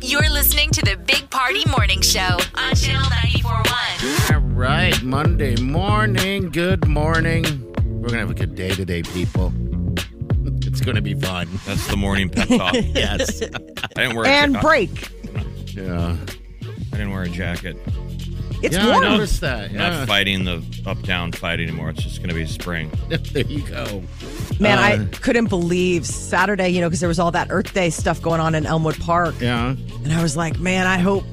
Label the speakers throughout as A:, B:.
A: You're listening to the Big Party Morning Show on Channel 941.
B: All right, Monday morning. Good morning. We're gonna have a good day today, people. It's gonna be fun.
C: That's the morning pep talk. I
B: Yes.
C: didn't wear
D: and
C: a, ja-
D: break.
B: yeah.
C: I didn't wear a jacket.
D: It's
B: yeah, I
D: warm.
B: noticed that.
C: I'm not
B: Yeah.
C: fighting the up down fight anymore. It's just going to be spring.
B: there you go.
D: Man,
B: Uh,
D: I couldn't believe Saturday, you know, because there was all that Earth Day stuff going on in Elmwood Park.
B: Yeah.
D: And I was like, man, I hope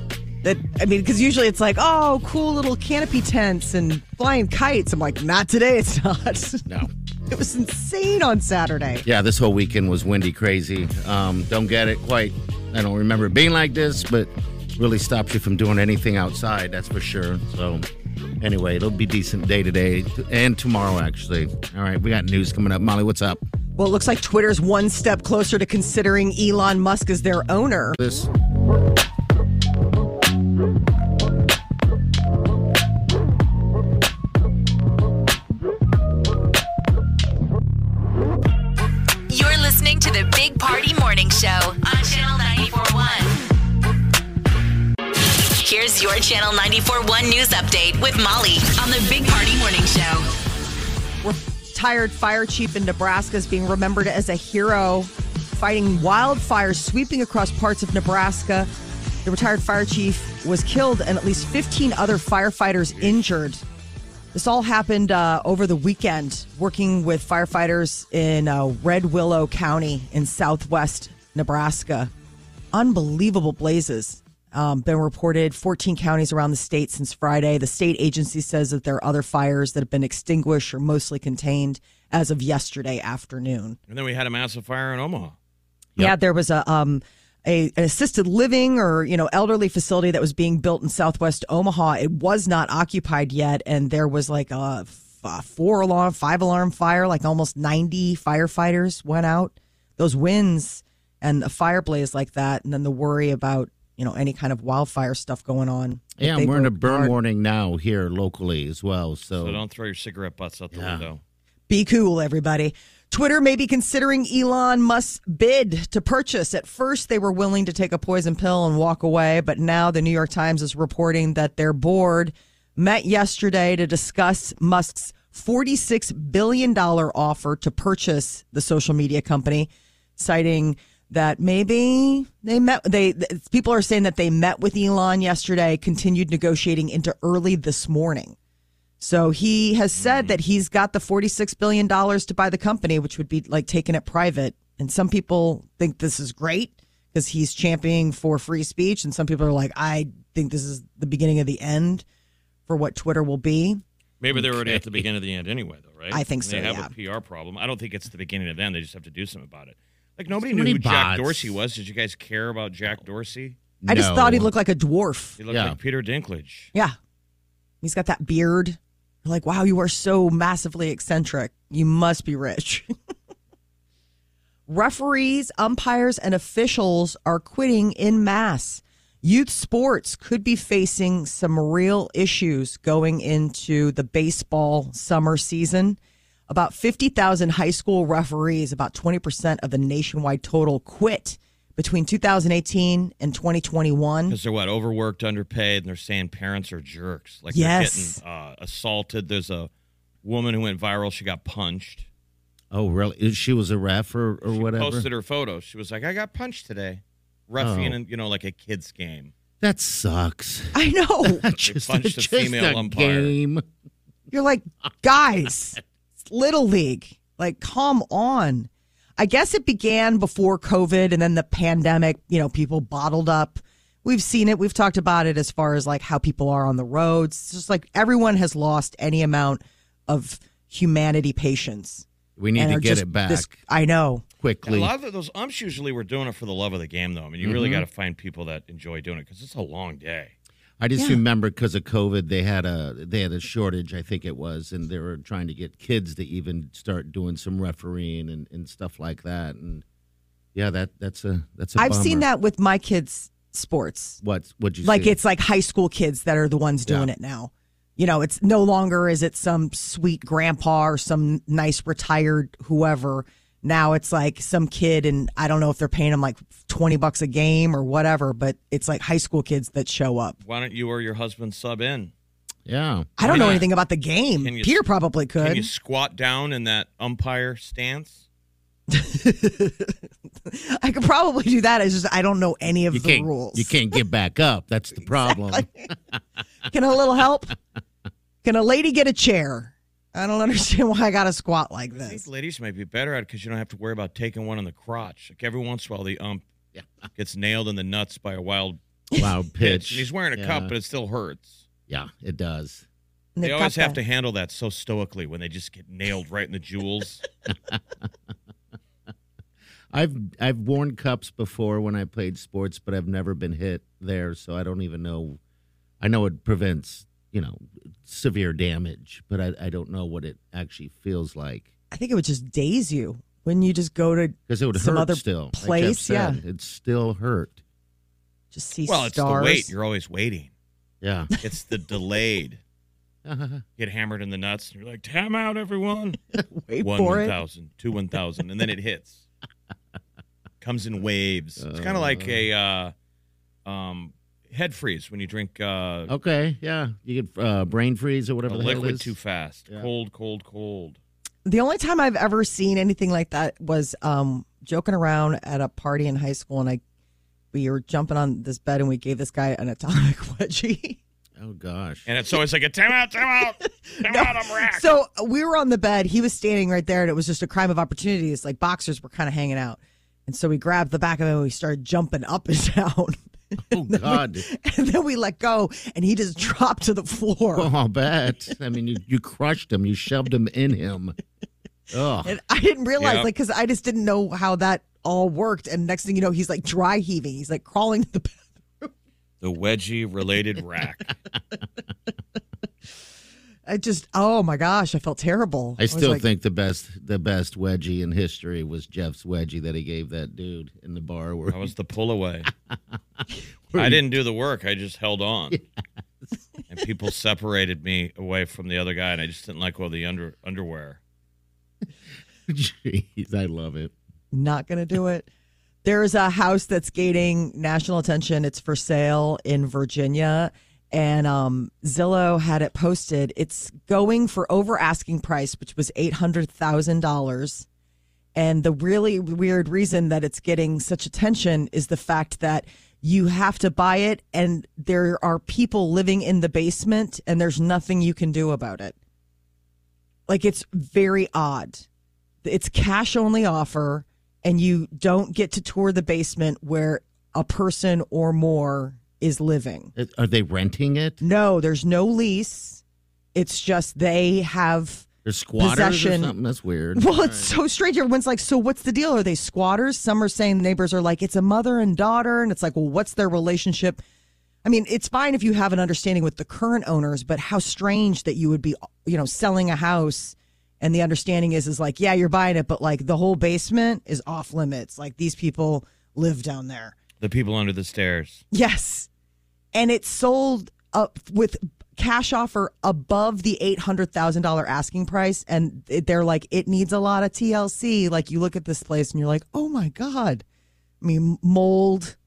D: that, I mean, because usually it's like, oh, cool little canopy tents and flying kites. I'm like, not today, it's not.
B: No.
D: it was insane on Saturday.
B: Yeah, this whole weekend was windy crazy. Um, don't get it quite. I don't remember it being like this, but really stops you from doing anything outside, that's for sure. So anyway, it'll be decent day today and tomorrow actually. All right, we got news coming up. Molly, what's up?
D: Well, it looks like Twitter's one step closer to considering Elon Musk as their owner.
B: This
A: You're listening to the Big Party Morning Show on Channel 941. Here's your Channel 941 news update with Molly on the Big Party Morning Show.
D: Retired fire chief in Nebraska is being remembered as a hero fighting wildfires sweeping across parts of Nebraska. The retired fire chief was killed and at least 15 other firefighters injured. This all happened uh, over the weekend, working with firefighters in uh, Red Willow County in southwest Nebraska. Unbelievable blazes. Um, been reported 14 counties around the state since Friday. The state agency says that there are other fires that have been extinguished or mostly contained as of yesterday afternoon.
C: And then we had a massive fire in Omaha.
D: Yeah, there was a um a an assisted living or you know elderly facility that was being built in Southwest Omaha. It was not occupied yet, and there was like a, f- a four alarm, five alarm fire. Like almost ninety firefighters went out. Those winds and a fire blaze like that, and then the worry about you know any kind of wildfire stuff going on.
B: Yeah,
D: They
B: and we're in a
D: broke
B: burn
D: hard.
B: warning now here locally as well. So,
C: So don't throw your cigarette butts out the
B: Yeah.
C: window.
D: Be cool, everybody. Twitter may be considering Elon Musk's bid to purchase. At first, they were willing to take a poison pill and walk away, but now the New York Times is reporting that their board met yesterday to discuss Musk's $46 billion offer to purchase the social media company, citing that maybe they met they th- people are saying that they met with Elon yesterday continued negotiating into early this morning so he has said that he's got the $46 billion to buy the company, which would be like taking it private. And some people think this is great because he's championing for free speech. And some people are like, I think this is the beginning of the end for what Twitter will be.
C: Maybe they're already at the beginning of the end anyway, though, right?
D: I think
C: And they
D: so,
C: have a PR problem. I don't think it's the beginning of the end. They just have to do something about it. Like nobody knew
B: many
C: who Jack
B: bots.
C: Dorsey was. Did you guys care about Jack Dorsey?
D: I just
B: No.
D: thought he looked like a dwarf.
C: He looked
B: Yeah.
C: like Peter Dinklage.
D: Yeah. He's got that beard. You're like, wow, you are so massively eccentric. You must be rich. Referees, umpires, and officials are quitting in mass. Youth sports could be facing some real issues going into the baseball summer season. About 50,000 high school referees, about 20% of the nationwide total, quit between 2018 and 2021.
C: Because they're what overworked, underpaid, and they're saying parents are jerks. Like
D: Yes.
C: they're getting uh, assaulted. There's a woman who went viral. She got punched.
B: oh really? She was a ref or, or whatever.
C: Posted her photo. She was like, "I got punched today, roughing,
B: Oh.
C: and you know, like a kids game."
B: that sucks.
D: I know.
B: just
C: punched a
B: just
C: female
B: a
C: umpire.
B: game.
D: You're like, guys, it's Little League. Like, come on. I guess it began before COVID and then the pandemic, you know, people bottled up. We've seen it. We've talked about it as far as like how people are on the roads. It's just like everyone has lost any amount of humanity patience.
B: We need
D: and
B: to
D: are
B: get
D: just
B: it back
D: this- I know.
C: A
B: quickly.
C: lot of those umps usually were doing it for the love of the game, though. I mean, you
B: Mm-hmm.
C: really got to find people that enjoy doing it because it's a long day.
B: I just remember because of COVID, they had a they had a shortage. I think it was, and they were trying to get kids to even start doing some refereeing and, and stuff like that. And yeah, that that's a that's a.
D: I've seen
B: bummer.
D: that with my kids' sports.
B: What would you
D: like
B: see?
D: it's like high school kids that are the ones doing it now. You know, it's no longer is it some sweet grandpa or some nice retired whoever. Now it's like some kid, and I don't know if they're paying them like twenty bucks a game or whatever, but it's like high school kids that show up.
C: Why don't you or your husband sub in?
B: yeah.
D: I don't know anything about the game.
C: Can you-
D: Peter probably
C: Can
D: could.
C: you squat down in that umpire stance?
D: I could probably do that. I just I don't know any of
B: You
D: the
B: can't
D: rules.
B: you can't get back up. That's the problem.
D: Can a little help? Can a lady get a chair? I don't understand why I got to squat like
C: I
D: this.
C: think ladies might be better at it because you don't have to worry about taking one in the crotch. Like every once in a while, the ump gets nailed in the nuts by a wild
B: Wow,
C: pitch.
B: pitch.
C: And he's wearing a
B: yeah.
C: cup, but it still hurts.
B: yeah, it does.
D: And
C: They
D: they've
C: always
D: got
C: have
D: the-
C: to handle that so stoically when they just get nailed right in the jewels.
B: I've I've worn cups before when I played sports, but I've never been hit there, so I don't even know. I know it prevents you know severe damage, but I, I don't know what it actually feels like
D: I think it would just daze you when you just go to
B: because it would
D: Some
B: hurt
D: other
B: still. like Jeff
D: place,
B: said, it still hurt.
D: just see
C: well, it's
D: stars.
C: the wait. You're always waiting.
B: Yeah,
C: It's the delayed. Get hammered in the nuts, and you're like, "Time out, everyone!"
D: Wait
C: One
D: for
C: one
D: it.
C: thousand, two one thousand, and then it hits. Comes in waves. It's kind of like a uh, um, head freeze when you drink uh,
B: okay, yeah. You get uh, brain freeze or
C: a
B: whatever the hell it
C: liquid
B: is.
C: too fast.
B: Yeah.
C: Cold, cold, cold.
D: The only time I've ever seen anything like that was um, joking around at a party in high school, and I we were jumping on this bed, and we gave this guy an atomic wedgie.
B: Oh gosh.
C: And it's always like a time out, time out, time out. I'm racked.
D: So uh, we were on the bed. He was standing right there, and it was just a crime of opportunity. It's like boxers were kind of hanging out. And so we grabbed the back of him and we started jumping up and down.
B: oh God.
D: and then we let go, and he just dropped to the floor.
B: Oh, I'll bet. I mean, you, you crushed him. You shoved him in him. Oh,
D: And I didn't realize,
C: Yep.
D: like, because I just didn't know how that all worked. And next thing you know, he's like dry heaving. He's like crawling to the bathroom.
C: the wedgie related rack.
D: I just, oh my gosh, I felt terrible.
B: I
D: was
B: still
D: like,
B: think the best the best wedgie in history was Jeff's wedgie that he gave that dude in the bar where
C: That was the pull away. I didn't do the work. I just held on. And people separated me away from the other guy, and I just didn't like all the under underwear.
B: Jeez, I love it.
D: not going to do it. There's a house that's gaining national attention. It's for sale in Virginia. And um, Zillow had it posted. It's going for over asking price, which was $800,000. And the really weird reason that it's getting such attention is the fact that you have to buy it, and there are people living in the basement, and there's nothing you can do about it. Like, it's very odd it's cash only offer and you don't get to tour the basement where a person or more is living
B: It- Are they renting it?
D: no there's no lease it's just they have
B: They're squatters
D: Possession.
B: or something? That's weird.
D: well it's so strange everyone's like so what's the deal are they squatters some are saying neighbors are like it's a mother and daughter and it's like well what's their relationship i mean it's fine if you have an understanding with the current owners but how strange that you would be you know selling a house and the understanding is is like yeah you're buying it but like the whole basement is off limits like these people live down there
C: The people under the stairs.
D: yes and it sold up with cash offer above the $800,000 asking price and it- they're like it needs a lot of TLC like you look at this place and you're like oh my god I mean mold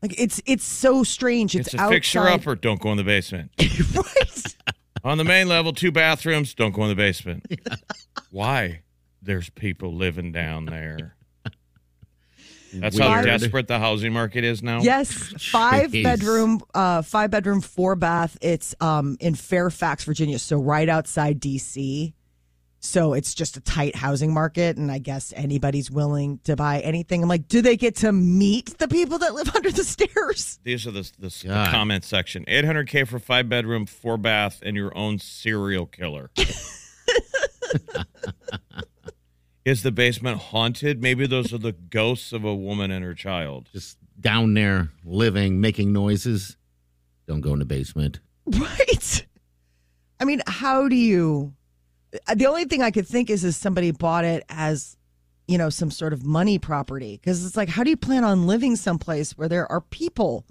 D: like it's it's so strange it's,
C: It's, a fixer
D: outside-
C: upper. Don't go in the basement.
D: Right?
C: On the main level, two bathrooms. Don't go in the basement. Why? There's people living down there. That's how
B: Weird.
C: desperate the housing market is now.
D: Yes, five
B: Jeez.
D: bedroom, uh, five bedroom, four bath. It's um in Fairfax, Virginia, so right outside DC. So it's just a tight housing market, and I guess anybody's willing to buy anything. I'm like, do they get to meet the people that live under the stairs?
C: These are the, the, the
B: God.
C: comment section. 800K for five bedroom, four bath, and your own serial killer. Is the basement haunted? Maybe those are the ghosts of a woman and her child.
B: Just down there living, making noises. Don't go in the basement.
D: Right. I mean, how do you? uh, The only thing I could think is is somebody bought it as, you know, some sort of money property because it's like, how do you plan on living someplace where there are people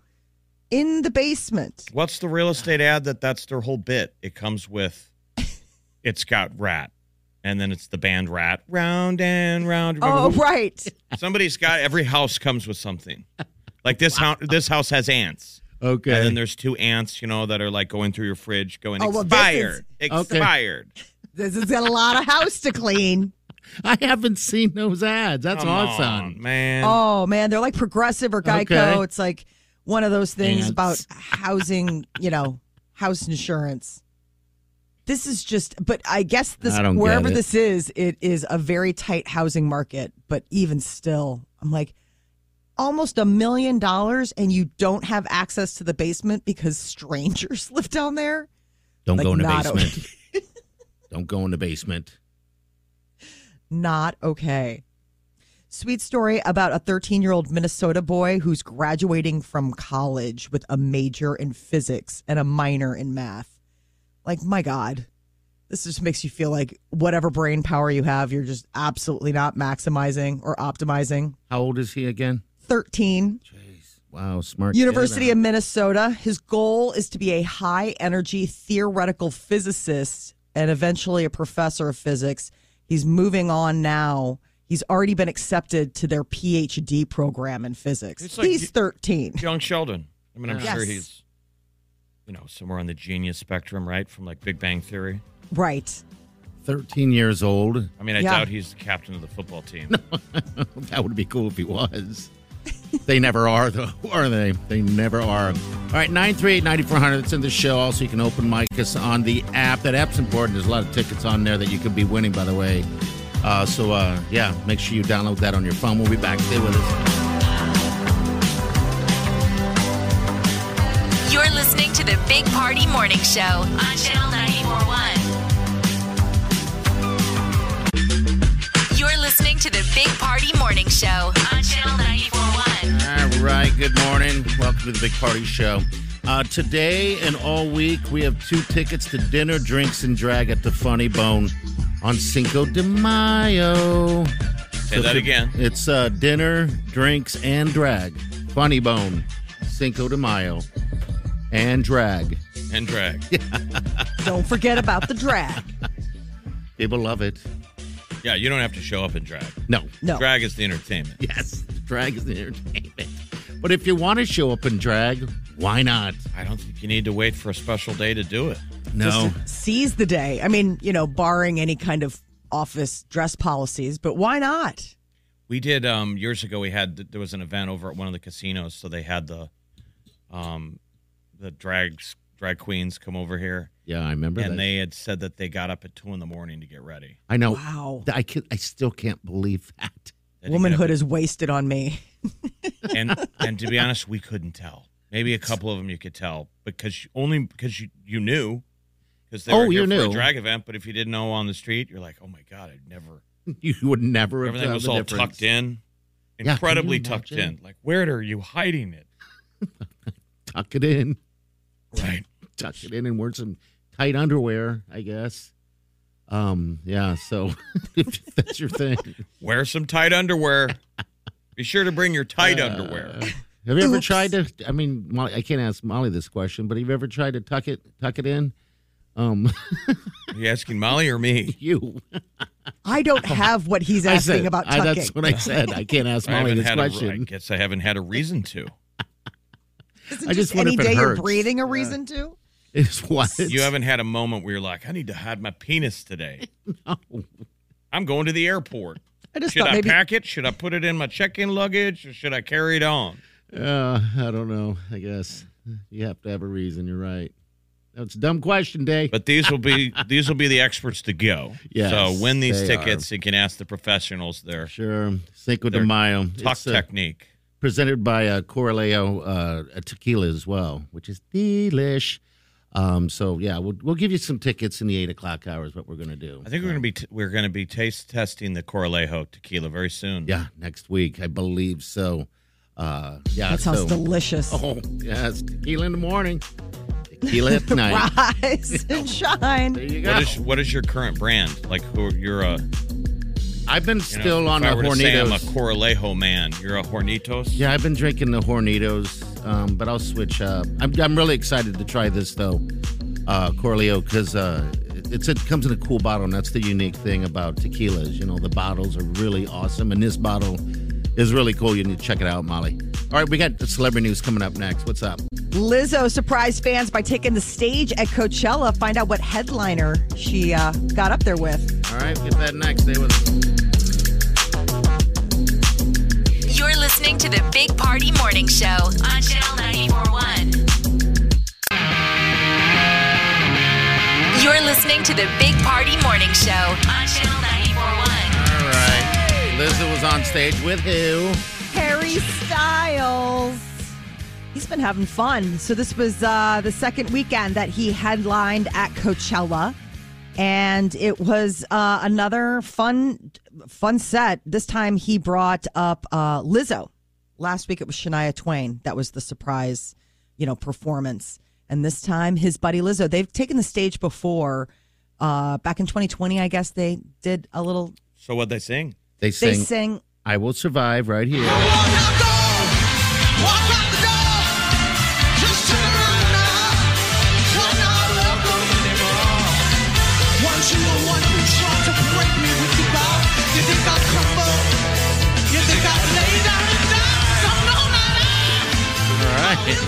D: in the basement?
C: What's the real estate ad that that's their whole bit? It comes with, it's got rat, and then it's the band Rat, round and round.
D: Oh,
C: Remember-
D: right.
C: Somebody's got every house comes with something. Like this house, this house has ants.
B: Okay.
C: And then there's two ants, you know, that are like going through your fridge, going
D: Oh, well, this
C: expired,
B: Okay.
C: expired.
D: This has got a lot of house to clean.
B: I haven't seen those ads. That's
C: Come
B: awesome.
C: on, man.
D: Oh man, they're like progressive or Geico.
B: Okay.
D: It's like one of those things
B: Ants.
D: about housing, you know, house insurance. This is just, but I guess this
B: I don't get
D: wherever
B: it.
D: this is, it is a very tight housing market. But even still, I'm like almost a million dollars, and you don't have access to the basement because strangers live down there.
B: Don't
D: Like,
B: go in the
D: not
B: basement. Don't go in the basement.
D: not okay. Sweet story about a 13 year old Minnesota boy who's graduating from college with a major in physics and a minor in math. Like, my God, this just makes you feel like whatever brain power you have, you're just absolutely not maximizing or optimizing.
B: How old is he again?
D: 13.
B: Jeez. Wow, smart.
D: University
B: kid.
D: of Minnesota. His goal is to be a high energy theoretical physicist and eventually a professor of physics. He's moving on now. He's already been accepted to their PhD program in physics.
C: It's like-
D: he's 13.
C: Young Sheldon. I mean, I'm
D: Yeah.
C: sure
D: Yes.
C: he's, you know, somewhere on the genius spectrum, right? From like Big Bang Theory.
D: Right.
B: 13 years old.
C: I mean, I
D: Yeah.
C: doubt he's the captain of the football team.
B: That would be cool if he was. they never are, though, are they? They never are. All right, 938 9400. That's in the show. Also, you can open mic us on the app. That app's important. There's a lot of tickets on there that you could be winning, by the way. Uh, so, uh, yeah, make sure you download that on your phone. We'll be back. Stay with us.
A: You're listening to the Big Party Morning Show on Channel 941. You're listening to the Big Party Morning Show on Channel 941.
B: All right, good morning. Welcome to the Big Party Show. Uh, today and all week, we have two tickets to dinner, drinks, and drag at the Funny Bone on Cinco de Mayo.
C: Say that again.
B: It's uh, dinner, drinks, and drag. Funny Bone, Cinco de Mayo, and drag.
C: And drag.
D: Don't forget about the drag.
B: People love it.
C: Yeah, you don't have to show up in drag.
B: No.
D: No.
C: Drag is the entertainment.
B: Yes, drag is the entertainment. But if you want to show up in drag, why not?
C: I don't think you need to wait for a special day to do it.
B: No.
D: Seize the day. I mean, you know, barring any kind of office dress policies, but why not?
C: We did um years ago. We had there was an event over at one of the casinos, so they had the um the drags drag queens come over here,
B: Yeah, I remember that.
C: and they had said that they got up at two in the morning to get ready.
B: I know.
D: Wow.
B: I can, I still can't believe that.
C: They had to get
D: Womanhood is wasted on me.
C: up- and and to be honest, we couldn't tell. Maybe a couple of them you could tell because you- only because you you knew because they
B: Oh,
C: were here
B: you
C: for a
B: knew.
C: drag event. But if you didn't know on the street, you're like, oh my god, I'd never.
B: You would never have
C: Everything
B: done
C: was
B: the
C: all
B: difference.
C: tucked in,
B: Yeah, can you
C: incredibly tucked
B: imagine?
C: in. Like, where are you hiding it?
B: Tuck it in.
C: Right.
B: Tuck it in and wear some tight underwear, I guess. Um, yeah, so if that's your thing.
C: Wear some tight underwear. Be sure to bring your tight
B: Uh,
C: underwear.
B: Have you ever tried to? I mean, Molly, I can't ask Molly this question, but have you ever tried to tuck it, tuck it in? Um,
C: Are you asking Molly or me?
B: you.
D: I don't have what he's
B: I
D: asking
B: said-
D: about
B: I-
D: tucking.
B: that's what I said. I can't ask
C: I
B: Molly
C: haven't
B: this
C: had. A, I
B: question.
C: guess I haven't had a reason to.
D: Isn't
B: I just
D: just,
B: wonder
D: any
B: if it
D: day you're
B: hurts.
D: breathing a reason to?
B: It's what
C: You haven't had a moment where you're like, I need to hide my penis today. I'm going to the airport.
D: I just
C: Should
D: thought
C: I
D: maybe
C: pack it? Should I put it in my check-in luggage, or should I carry it on?
B: Uh, I don't know. I guess you have to have a reason. You're right. That's a dumb question, Day.
C: But these will be these will be the experts to go.
B: Yes,
C: so win these
B: they are.
C: tickets. You can ask the professionals their
B: sure, Cinco de
C: They're
B: Mayo.
C: talk
B: It's, uh,
C: technique.
B: presented by uh, Coraleo uh, a tequila as well, which is delish. Um, so yeah, we'll we'll give you some tickets in the eight o'clock hours. What we're gonna do?
C: I think we're gonna be t- we're gonna be taste testing the Coralejo tequila very soon.
B: Yeah, next week I believe so. Uh, yeah,
D: That sounds
B: so-
D: delicious.
B: Oh yes, tequila in the morning, tequila at night.
D: Rise and shine.
B: There you go.
C: What is what is your current brand? Like who you're a
B: I've been
C: you know,
B: still
C: if
B: on the
C: I were to say I'm a
B: Hornitos.
C: Coralejo man. You're a Hornitos.
B: Yeah, I've been drinking the Hornitos, um, but I'll switch up. I'm, I'm really excited to try this though, uh, Corleo, because uh, it's it comes in a cool bottle, and that's the unique thing about tequilas. You know, the bottles are really awesome, and this bottle is really cool. You need to check it out, Molly. All right, we got the celebrity news coming up next. What's up?
D: Lizzo surprised fans by taking the stage at Coachella. Find out what headliner she uh, got up there with.
B: All right, get that next. Stay with us.
A: You're listening to the Big Party Morning Show on Channel 941. You're listening to the Big Party Morning Show on Channel 941.
B: All right, Lizzo was on stage with who?
D: Harry Styles. He's been having fun. So this was uh, the second weekend that he headlined at Coachella, and it was uh, another fun, fun set. This time he brought up uh, Lizzo. Last week it was Shania Twain that was the surprise, you know, performance, and this time his buddy Lizzo. They've taken the stage before. Uh, back in 2020, I guess they did a little.
C: So what they sing?
B: They
D: They
B: sing,
D: sing
B: "I Will Survive" right here. All right.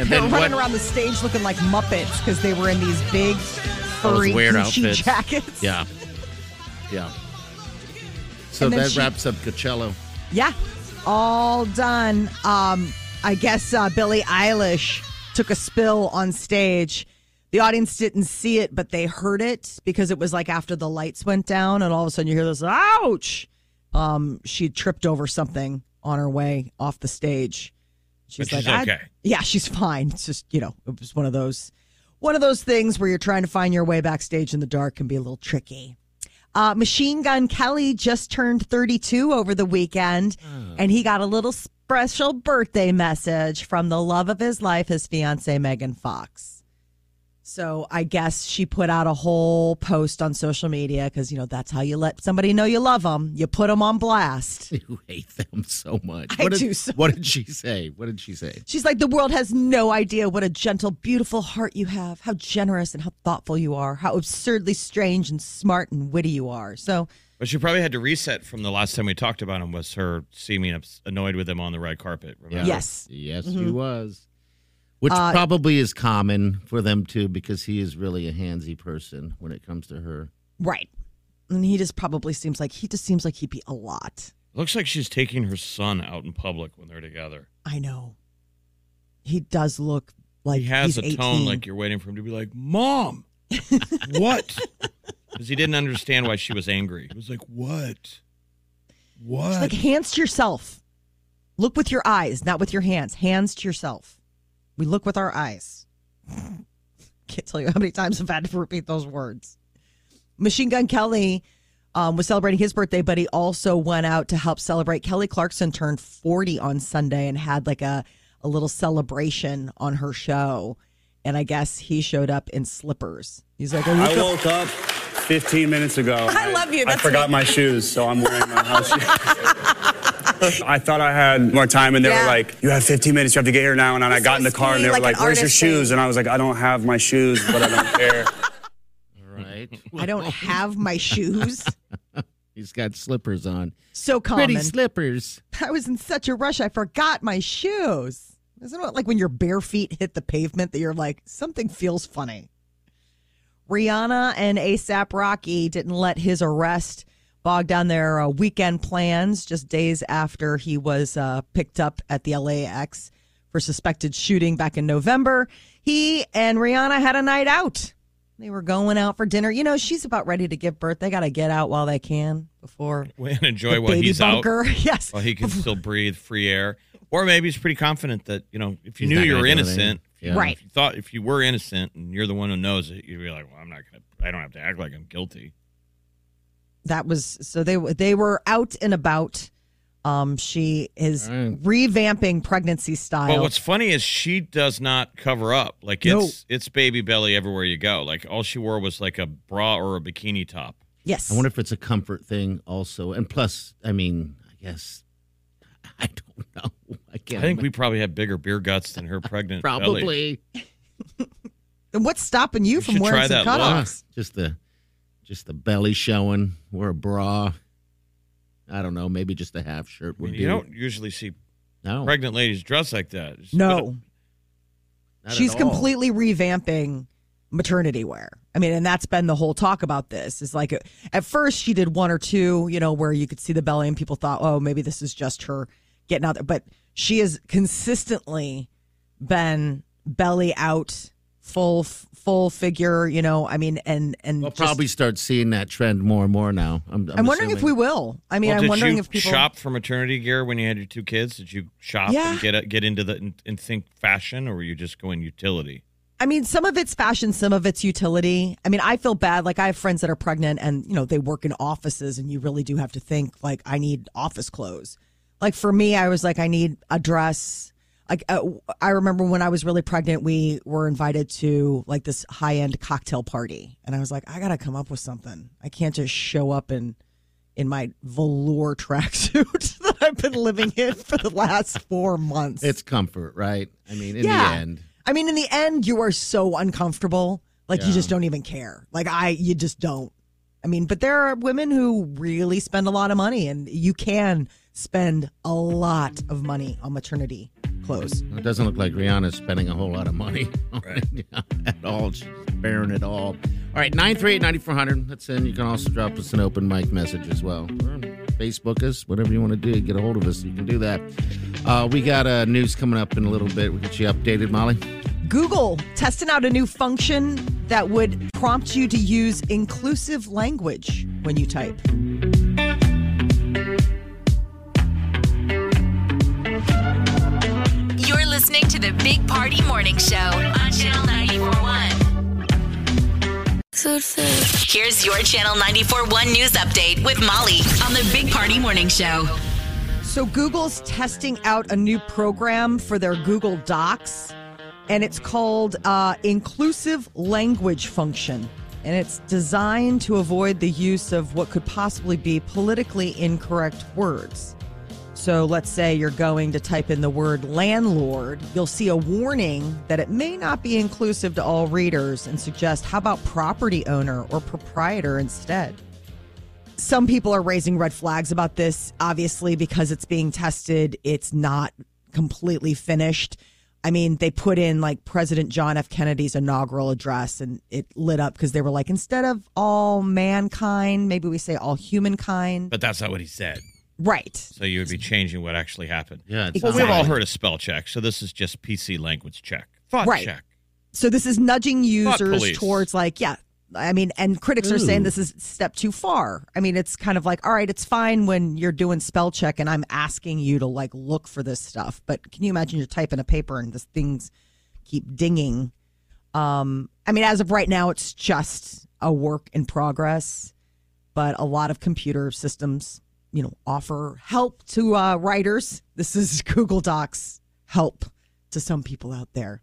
B: And
D: They were
B: then
D: running
B: what?
D: around the stage looking like Muppets because they were in these big
B: those
D: furry
B: weird
D: Gucci
B: outfits.
D: jackets.
B: Yeah. Yeah. So
D: And then
B: that
D: she-
B: wraps up Coachella.
D: Yeah. All done. Um, I guess uh, Billie Eilish took a spill on stage. The audience didn't see it, but they heard it because it was like after the lights went down, and all of a sudden you hear this, ouch! Um, she tripped over something on her way off the stage. She's
C: But she's
D: "I-
C: okay."
D: Yeah, she's fine. It's just, you know, it was one of those one of those things where you're trying to find your way backstage in the dark can be a little tricky. Uh, Machine Gun Kelly just turned 32 over the weekend, and he got a little special birthday message from the love of his life, his fiancee Megan Fox. So I guess she put out a whole post on social media because, you know, that's how you let somebody know you love them. You put them on blast.
B: You hate them so much.
D: I
B: what did,
D: do so
B: What did she say? What did she say?
D: She's like, the world has no idea what a gentle, beautiful heart you have, how generous and how thoughtful you are, how absurdly strange and smart and witty you are. So
C: But she probably had to reset from the last time we talked about him was her seeming ups- annoyed with him on the red carpet. Remember?
D: Yes. Mm-hmm. Uh,
B: Yes, she was. Which probably is common for them too, because he is really a handsy person when it comes to her.
D: Right. And he just probably seems like he just seems like he'd be a lot.
C: Looks like she's taking her son out in public when they're together.
D: I know. He does look like
C: He has
D: he's
C: a
D: 18.
C: tone like you're waiting for him to be like, Mom, what? Because he didn't understand why she was angry. He was like, What?
D: It's
C: What?
D: like hands to yourself. Look with your eyes, not with your hands. Hands to yourself. We look with our eyes. Can't tell you how many times I've had to repeat those words. Machine Gun Kelly um, was celebrating his birthday, but he also went out to help celebrate. Kelly Clarkson turned 40 on Sunday and had like a, a little celebration on her show. And I guess he showed up in slippers. He's like, Are you
E: I
D: feel-
E: woke up 15 minutes ago.
F: I love you.
E: I
F: That's
E: forgot my shoes, so I'm wearing my house shoes. I thought I had more time, and they
F: Yeah.
E: were like, "You have 15 minutes. You have to get here now." And then I
F: This
E: got in the
F: must
E: car, and
F: be
E: they were
F: like an
E: like, "Where's your
F: artist thing."
E: shoes?" And I was like, "I don't have my shoes, but I don't care."
B: Right.
D: I don't have my shoes.
B: He's got slippers on.
D: So
B: Pretty
D: common.
B: slippers.
D: I was in such a rush, I forgot my shoes. Isn't it like when your bare feet hit the pavement that you're like, something feels funny? Rihanna and ASAP Rocky didn't let his arrest bog down their uh, weekend plans just days after he was uh, picked up at the LAX for suspected shooting back in November. He and Rihanna had a night out. They were going out for dinner. You know, she's about ready to give birth. They got to get out while they can before
C: and
D: the
C: enjoy while
D: baby
C: he's out,
D: bunker. Yes.
C: while he can still breathe free air. Or maybe he's pretty confident that, you know, if you
B: He's
C: knew
B: not
C: you
B: gonna
C: were
B: do
C: innocent,
B: anything.
C: if
B: Yeah.
F: Right.
C: you thought if you were innocent and you're the one who knows it, you'd be like, well, I'm not gonna. I don't have to act like I'm guilty.
D: that was so they they were out and about. Um, she is
B: Alright.
D: revamping pregnancy style.
C: But what's funny is she does not cover up. Like it's
D: No.
C: it's baby belly everywhere you go. Like all she wore was like a bra or a bikini top.
D: yes,
B: I wonder if it's a comfort thing also. And plus, I mean, I guess I don't know. I
C: I
B: can't.
C: think we probably had bigger beer guts than her pregnant. belly.
B: probably
D: and what's stopping you from
C: should
D: wearing
C: try
D: some
C: that look.
D: cutoffs?
B: just the just the belly showing. Wear a bra. I don't know. Maybe just a half shirt
C: I
B: would be.
C: mean, you don't usually see
B: no,
C: pregnant ladies dress like that. Just put
D: No,
B: not at
D: she's
B: all.
D: completely revamping maternity wear. I mean, and that's been the whole talk about this. Is like at first she did one or two, you know, where you could see the belly, and people thought, oh, maybe this is just her getting out there. But she has consistently been belly out, full full figure. You know, I mean, and and
B: We'll
D: just-
B: probably start seeing that trend more and more now. I'm,
D: I'm, wondering if we will. I mean,
C: Well,
D: I'm
C: did
D: wondering
C: you
D: if people
C: shop for maternity gear when you had your two kids? Did you shop
D: Yeah.
C: and get get into the and, and think fashion, or were you just going utility?
D: I mean, some of it's fashion, some of it's utility. I mean, I feel bad. Like I have friends that are pregnant and, you know, they work in offices and you really do have to think like I need office clothes. Like for me, I was like I need a dress. Like uh, I remember when I was really pregnant, we were invited to like this high-end cocktail party and I was like I got to come up with something. I can't just show up in in my velour tracksuit that I've been living in for the last 4 months.
B: It's comfort, right? I mean, in
D: Yeah.
B: the end,
D: I mean, in the end, you are so uncomfortable. Like, you just don't even care. Like, I, you just don't. I mean, but there are women who really spend a lot of money, and you can spend a lot of money on maternity clothes.
B: it doesn't look like Rihanna's spending a whole lot of money on it at all. She's bearing it all. All right, 938-9400. That's in. You can also drop us an open mic message as well. Or Facebook us, whatever you want to do. Get a hold of us. You can do that. Uh, we got uh, news coming up in a little bit. We'll get you updated, Molly.
D: Google testing out a new function that would prompt you to use inclusive language when you type.
A: You're listening to the Big Party Morning Show on Channel 941. Here's your Channel 941 news update with Molly on the Big Party Morning Show.
D: So Google's testing out a new program for their Google Docs, and it's called uh, Inclusive Language Function. And it's designed to avoid the use of what could possibly be politically incorrect words. So let's say you're going to type in the word landlord, you'll see a warning that it may not be inclusive to all readers and suggest how about property owner or proprietor instead some people are raising red flags about this obviously because it's being tested it's not completely finished i mean they put in like president john f kennedy's inaugural address and it lit up because they were like instead of all mankind maybe we say all humankind
C: But that's not what he said.
D: right
C: So you would be changing what actually happened.
B: Yeah, it's
C: Well, we've all
B: not-
C: heard of spell check, so this is just PC language check, thought
D: Right.
C: check.
D: so this is nudging users
C: police.
D: towards like yeah i mean and critics are saying this is a step too far i mean it's kind of like all right it's fine when you're doing spell check and i'm asking you to like look for this stuff but can you imagine you're typing a paper and this things keep dinging um i mean as of right now it's just a work in progress but a lot of computer systems you know offer help to uh, writers this is google docs help to some people out there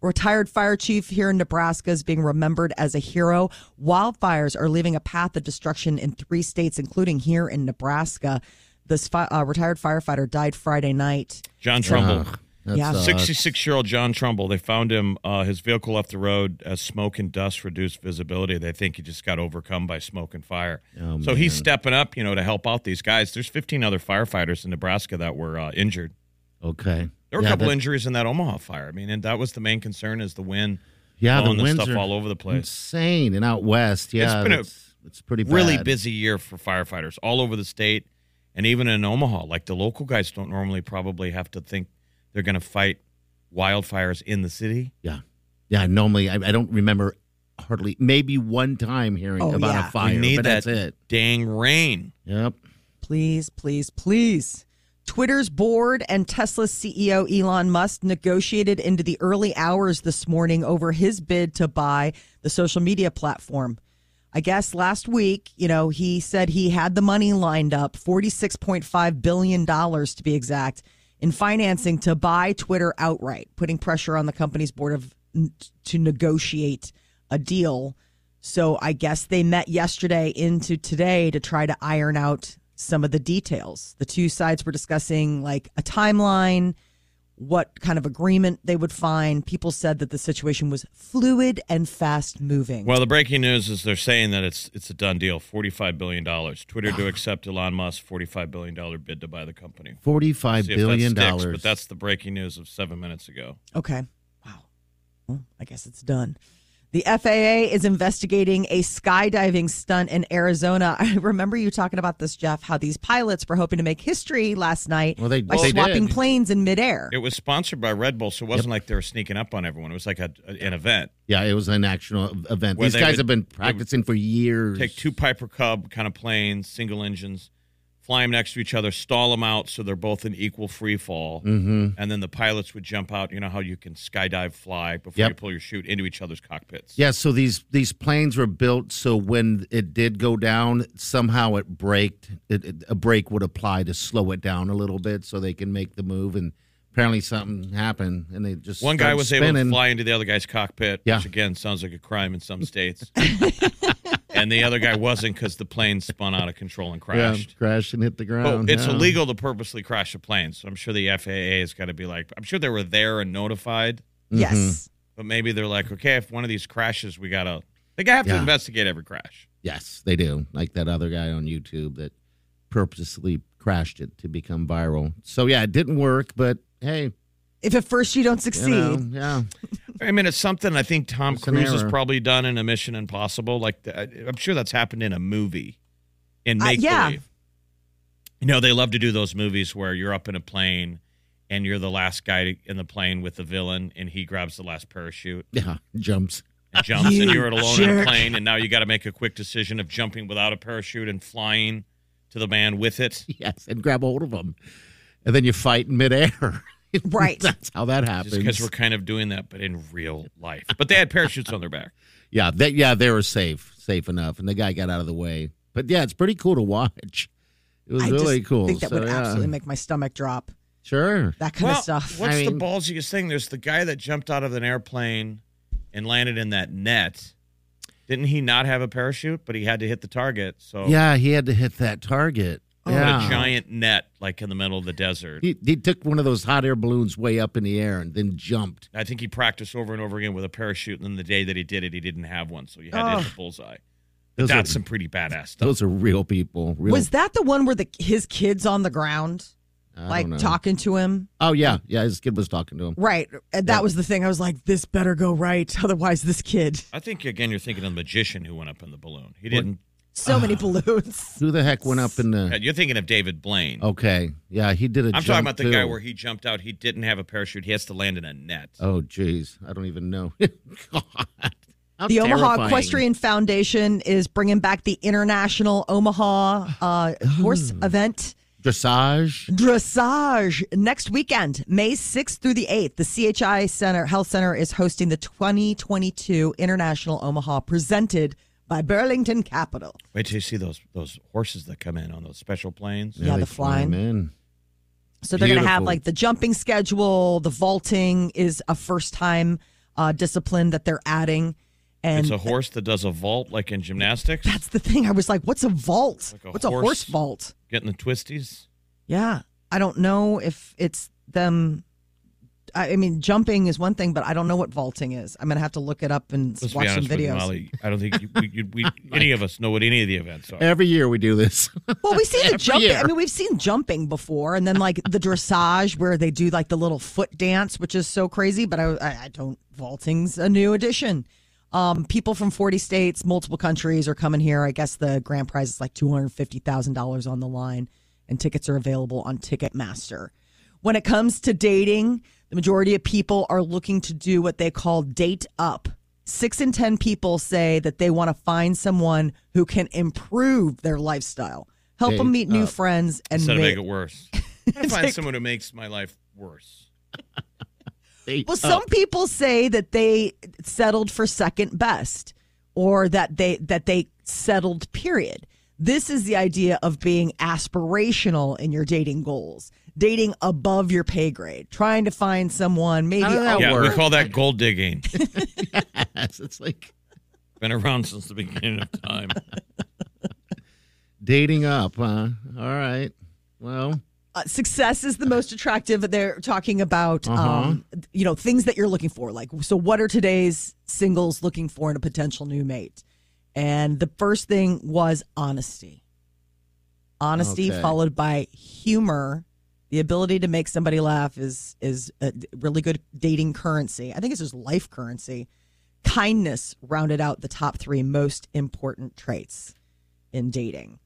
D: Retired fire chief here in Nebraska is being remembered as a hero. Wildfires are leaving a path of destruction in three states, including here in Nebraska. This fi- uh, retired firefighter died Friday night.
C: John Trumbull.
B: That's,
D: Yeah.
B: uh,
C: 66 year old John Trumbull. They found him, uh, his vehicle left the road as smoke and dust reduced visibility. They think he just got overcome by smoke and fire. so he's stepping up, you know, to help out these guys. There's 15 other firefighters in Nebraska that were uh, injured.
B: okay.
C: There were
B: Yeah,
C: a couple
B: that-
C: injuries in that Omaha fire. I mean, and that was the main concern is the wind.
B: Yeah,
C: blowing
B: the
C: this
B: winds
C: stuff
B: are
C: all over the place.
B: Insane and out west. Yeah,
C: been a
B: it's, it's pretty
C: Really
B: bad.
C: busy year for firefighters all over the state and even in Omaha. Like the local guys don't normally probably have to think they're going to fight wildfires in the city.
B: Yeah, yeah. Normally, I, I don't remember hardly maybe one time hearing
D: Oh,
B: about
D: yeah.
B: a fire.
C: we need
B: but
C: that
B: that's it.
C: dang rain.
B: Yep.
D: Please, please, please. Twitter's board and Tesla's CEO Elon Musk negotiated into the early hours this morning over his bid to buy the social media platform. I guess last week, you know, he said he had the money lined up, $46.5 billion to be exact, in financing to buy Twitter outright, putting pressure on the company's board of to negotiate a deal. So I guess they met yesterday into today to try to iron out some of the details. The two sides were discussing like a timeline, what kind of agreement they would find. People said that the situation was fluid and fast moving.
C: Well, the breaking news is they're saying that it's it's a done deal. Forty five billion dollars. Twitter to accept Elon Musk's forty five billion dollar bid to buy the company.
B: Forty-five
C: See if that
B: billion
C: sticks,
B: dollars.
C: But that's the breaking news of seven minutes ago.
D: Okay. Wow. Well, I guess it's done. The FAA is investigating a skydiving stunt in Arizona. I remember you talking about this, Jeff, how these pilots were hoping to make history last night
B: Well, they-
D: by
B: they
D: swapping
B: did.
D: planes in midair.
C: It was sponsored by Red Bull, so it wasn't like they were sneaking up on everyone. It was like a, an event.
B: yeah, it was an actual event.
C: Where
B: These
C: they
B: guys
C: would-
B: have been
C: they would
B: practicing for years.
C: Take two Piper Cub kind of planes, single engines, fly them next to each other, stall them out so they're both in equal free fall, mm-hmm. and then the pilots would jump out. You know how you can skydive fly before
B: Yep.
C: you pull your chute into each other's cockpits.
B: Yeah, so these these planes were built so when it did go down, somehow it braked. It, it- a brake would apply to slow it down a little bit so they can make the move. And apparently something happened, and they just
C: One guy
B: started
C: was able to
B: spinning.
C: fly into the other guy's cockpit,
B: Yeah.
C: which again sounds like a crime in some states. and the other guy wasn't because the plane spun out of control and
B: Yeah,
C: crashed.
B: crashed and hit the
C: Oh,
B: ground.
C: it's
B: yeah.
C: illegal to purposely crash a plane, so I'm sure the FAA has got to be like, I'm sure they were there and notified,
D: Yes.
B: Mm-hmm.
C: but maybe they're like, okay, if one of these crashes, we gotta, they gotta have to
B: Yeah.
C: investigate every crash.
B: Yes, they do. Like that other guy on YouTube that purposely crashed it to become viral. So yeah, it didn't work, but hey,
D: If at first you don't
B: you
D: succeed,
B: know, yeah.
C: I mean, it's something I think Tom
B: It's an
C: Cruise has
B: error.
C: probably done in a Mission Impossible. Like, th- I- I'm sure that's happened in a movie, in
D: Uh,
C: make believe.
D: yeah.
C: You know, they love to do those movies where you're up in a plane and you're the last guy to- in the plane with the villain, and he grabs the last parachute.
B: Yeah, jumps.
C: and jumps and
D: You
C: you're alone in a
D: jerk.
C: plane and now you got to make a quick decision of jumping without a parachute and flying to the man with it
B: Yes, and grab a hold of them. And then you fight in midair.
D: Right.
B: That's how that
C: just because
B: happens.
C: we're kind of doing that but in real life but they had parachutes on their back
B: Yeah, they, yeah, they were safe, safe enough, and the guy got out of the way. But yeah, it's pretty cool to watch. It was
D: I
B: really
D: just
B: cool.
D: think that
B: So,
D: would
B: yeah.
D: absolutely make my stomach drop.
B: sure.
D: That kind of stuff.
C: what's
B: I
C: the
B: mean-
C: ballsiest thing there's the guy that jumped out of an airplane and landed in that net didn't he not have a parachute but he had to hit the target so
B: Yeah, he had to hit that target.
C: put
B: yeah.
C: a Oh. giant net like in the middle of the desert
B: He, he took one of those hot air balloons way up in the air and then jumped.
C: I think he practiced over and over again with a parachute, and then the day that he did it, he didn't have one, so you had to hit the bullseye. But
B: Those are-
C: that's some pretty badass stuff.
B: Those are real people. Real,
D: Was that the one where the his kids on the ground,
B: I don't
D: like
B: know.
D: talking to him?
B: Oh yeah, yeah. His kid was talking to him.
D: Right. And That was the thing. I was like, this better go right, otherwise this kid.
C: I think again, you're thinking of the magician who went up in the balloon. He didn't. uh,
D: So many balloons.
B: Who the heck went up in the?
C: You're thinking of David Blaine.
D: Oh,
B: Okay, yeah, he did a.
C: I'm talking
B: jump,
C: about the guy
B: too.
C: where he jumped out. He didn't have a parachute. He has to land in a net.
D: Uh,
B: Oh geez, I don't even know. God, How
D: The Omaha
B: terrifying.
D: Equestrian Foundation is bringing back the International Omaha uh,
C: Oh.
D: Horse Event
B: dressage.
D: Dressage next weekend, May 6th through the 8th. The CHI Center Health Center is hosting the 2022 International Omaha presented by Burlington Capital.
C: Wait till you see those those horses that come in on those special planes.
D: Yeah,
B: they
D: the
B: fly 'em
D: flying.
B: in.
D: So they're going to have
B: Beautiful.
D: like the jumping schedule, the vaulting is a first time uh, discipline that they're adding. And
C: It's a horse that does a vault like in gymnastics,
D: that's the thing. I was like, what's a vault?
C: Like a
D: what's a
C: horse-
D: horse vault?
C: getting the twisties.
D: Yeah. I don't know if it's them. I I mean, jumping is one thing, but I don't know what vaulting is. I'm going to have to look it up and
C: Let's
D: watch
C: be
D: some
C: honest with you,
D: videos.
C: Molly. I don't think you, we, you, we, any of us know what any of the events are.
B: Every year we do this.
D: Well, we see the
B: Every
D: jumping. I
B: year.
D: mean, we've seen jumping before, and then like the dressage where they do like the little foot dance, which is so crazy. But I, I, I don't. Vaulting's a new addition. Um, people from 40 states, multiple countries are coming here. I guess the grand prize is like $250,000 on the line, and tickets are available on Ticketmaster. When it comes to dating, the majority of people are looking to do what they call date up. Six in 10 people say that they want to find someone who can improve their lifestyle, help them meet
B: Date
D: new
B: up.
D: friends, and
C: Instead of
D: ma-
C: make it worse. I'm gonna find someone who makes my life worse.
B: They-
D: Well, some people say that they settled for second best or that they that they settled period. This is the idea of being aspirational in your dating goals, dating above your pay grade, trying to find someone maybe
B: How did that
D: a-
C: Yeah, we
B: work?
C: call that gold digging.
B: Yes, it's like
C: Been around since the beginning of time.
B: dating up, huh? All right. Well,
D: uh, success is the most attractive. They're talking about
B: Uh-huh.
D: um, you know things that you're looking for. Like, so what are today's singles looking for in a potential new mate? And the first thing was honesty. Honesty
B: Okay.
D: followed by humor. The ability to make somebody laugh is is a d- really good dating currency. I think it's just life currency. Kindness rounded out the top three most important traits in dating.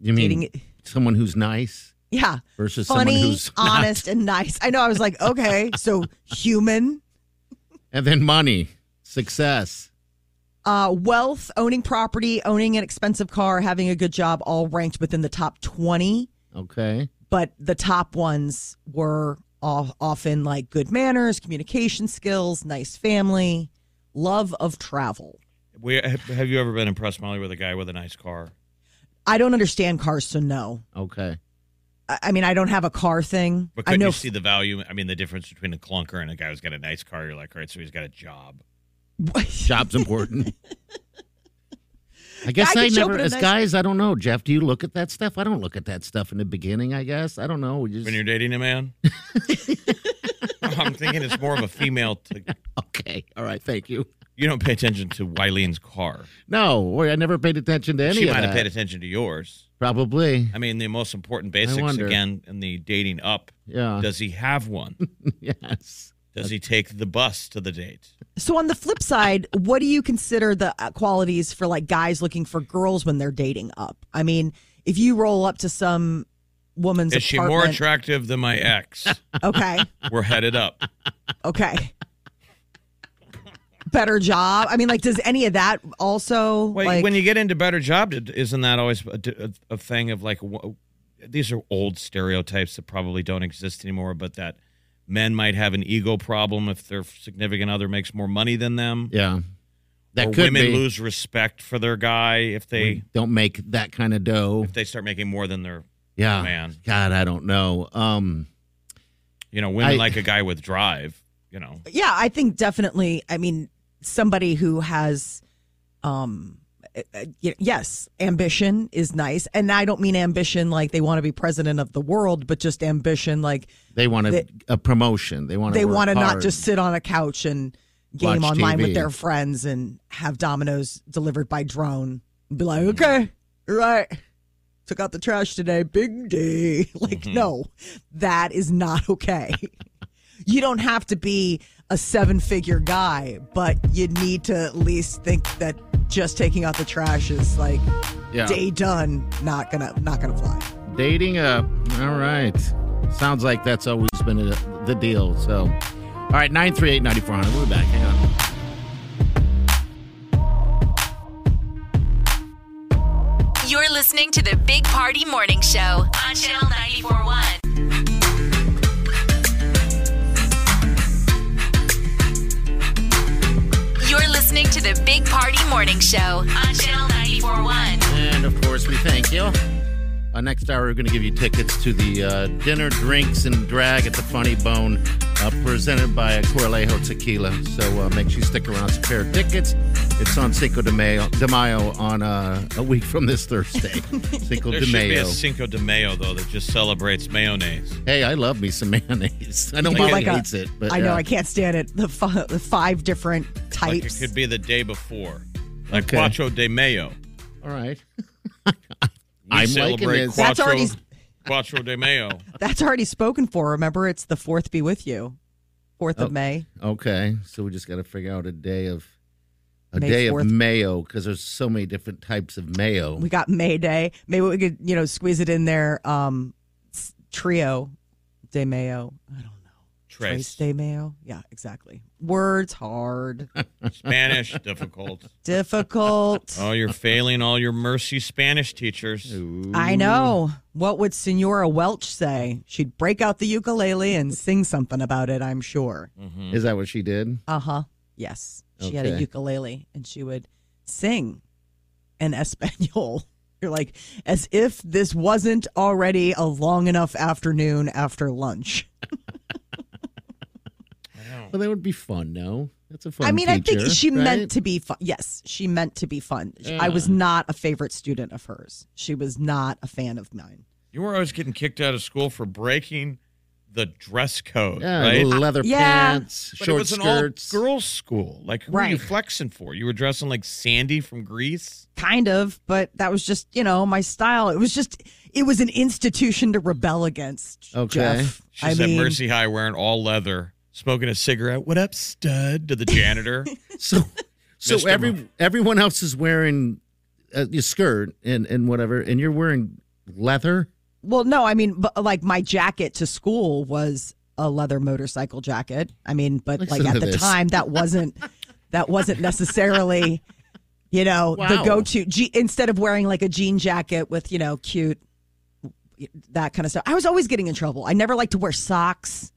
B: you mean
D: Dating-
B: someone who's nice
D: Yeah
B: versus
D: funny,
B: someone who's not.
D: honest, and nice. I know. I was like, okay, so human,
B: and then money, success.
D: uh, wealth, owning property, owning an expensive car, having a good job, all ranked within the top twenty.
B: Okay.
D: But the top ones were all, often like good manners, communication skills, nice family, love of travel.
C: We, have you ever been impressed, Molly, with a guy with a nice car?
D: I don't understand cars, so no.
B: Okay.
D: I, I mean, I don't have a car thing.
C: But
D: I
C: couldn't
D: know
C: you see the value? I mean, the difference between a clunker and a guy who's got a nice car. You're like, all right, so he's got a job.
B: Job's important. I guess
D: could
B: I,
D: show
B: never,
D: up in a
B: as
D: nice-
B: guys, I don't know. Jeff, do you look at that stuff? I don't look at that stuff in the beginning, I guess. I don't know. We just,
C: When you're dating a man, I'm thinking it's more of a female. To,
B: okay. All right. Thank you.
C: you don't pay attention to Wileen's car.
B: No, or I never paid attention to any
C: she
B: of
C: might
B: that.
C: have paid attention to yours.
B: Probably.
C: I mean, the most important
B: I
C: basics
B: wonder.
C: again in the dating up.
B: Yeah.
C: Does he have one?
B: yes.
C: Does he take the bus to the date?
D: So on the flip side, what do you consider the uh, qualities for like guys looking for girls when they're dating up? I mean, if you roll up to some woman's
C: Is she
D: apartment,
C: more attractive than my ex?
D: okay,
C: We're headed up.
D: okay, better job. I mean, like, does any of that also
C: Wait,
D: like
C: when you get into better job, did- isn't that always a, d- a- a thing of like wh- these are old stereotypes that probably don't exist anymore, but that men might have an ego problem if their significant other makes more money than them.
B: Yeah. That
C: or
B: could
C: women
B: be.
C: lose respect for their guy if they
B: We don't make that kind of dough.
C: if they start making more than their
B: Yeah.
C: man.
B: God, I don't know. Um,
C: you know women
B: I-
C: like a guy with drive. You know,
D: yeah, I think definitely. I mean, somebody who has, um, uh, uh, y- yes, ambition is nice, and I don't mean ambition like they want to be president of the world, but just ambition like
B: they want a,
D: They-
B: a promotion. They want to
D: they
B: want to
D: not just sit on a couch and game
B: Watch
D: online
B: TV.
D: with their friends and have dominoes delivered by drone and be like okay right took out the trash today big day like
B: Mm-hmm.
D: no that is not okay you don't have to be a seven figure guy but you need to at least think that just taking out the trash is like
B: yeah.
D: day done not gonna not gonna fly
B: dating up. All right. Sounds like that's always been a, the deal. So, all right, 938 9400. We'll be back. Hang on.
A: You're listening to the Big Party Morning Show on Channel 941. You're listening to the Big Party Morning Show on Channel 941.
B: And of course, we thank you. Uh, next hour, we're going to give you tickets to the uh, dinner, drinks, and drag at the Funny Bone, uh, presented by Corlejo Tequila. So uh, make sure you stick around, secure tickets. It's on Cinco de Mayo, de Mayo on uh, a week from this Thursday. Cinco
C: there
B: de
C: should be
B: Mayo.
C: a Cinco de Mayo though that just celebrates mayonnaise.
B: hey, I love me some mayonnaise. I know
D: Well,
B: Molly
D: like a-
B: hates it, but uh,
D: i know
B: yeah.
D: i can't stand it the, f- the five different types
C: Like it could be the day before, like
B: Okay.
C: Quattro de Mayo. We
B: All right. I'm liking
C: celebrate
B: this.
C: Quattro,
D: That's already-
C: Quattro de Mayo.
D: That's already spoken for. Remember, it's the fourth be with you, fourth
B: Oh.
D: of May.
B: Okay, so we just got to figure out a day of a
D: May
B: day
D: 4th.
B: of mayo because there's so many different types of mayo.
D: We got May Day. Maybe we could, you know, squeeze it in there. Um, s- trio de Mayo. I don't know.
C: Trace.
D: Trace de mayo. Yeah, exactly. Words hard,
C: Spanish, difficult.
D: difficult.
C: Oh, you're failing all your mercy Spanish teachers.
D: I know. What would Senora Welch say? She'd break out the ukulele and sing something about it, I'm sure.
B: Is that what she did?
D: Uh huh. Yes. She had a
B: Uh-huh. Okay.
D: ukulele and she would sing in Espanol. You're like, as if this wasn't already a long enough afternoon after lunch.
B: Well, that would be fun. No, that's a fun.
D: I mean, I
B: teacher,
D: think she
B: right?
D: meant to be fun. Yes, she meant to be fun. I was not a favorite student of hers. She was not a fan of mine.
C: You were always getting kicked out of school for breaking the dress code,
B: Yeah,
C: right?
B: little leather
D: Yeah.
B: pants,
C: But it
B: short
C: was an
B: skirts.
C: all girls school. Like, who were you
D: Right.
C: flexing for? You were dressing like Sandy from Greece?
D: Kind of, but that was just, you know, my style. It was just, it was an institution to rebel against.
B: Okay.
D: Jeff.
C: She's
D: I
C: at
D: mean,
C: Mercy High wearing all leather, smoking a cigarette. What up, stud? To the janitor.
B: So, so
C: Mr.
B: every
C: Mo-
B: everyone else is wearing a, a skirt and and whatever, and you're wearing leather.
D: Well, no, I mean, but like my jacket to school was a leather motorcycle jacket. I mean, but
B: Listen
D: like
B: to
D: at the
B: this.
D: time, that wasn't that wasn't necessarily, you know, the
B: Wow.
D: go-to. G- instead of wearing like a jean jacket with you know cute that kind of stuff, I was always getting in trouble. I never liked to wear socks,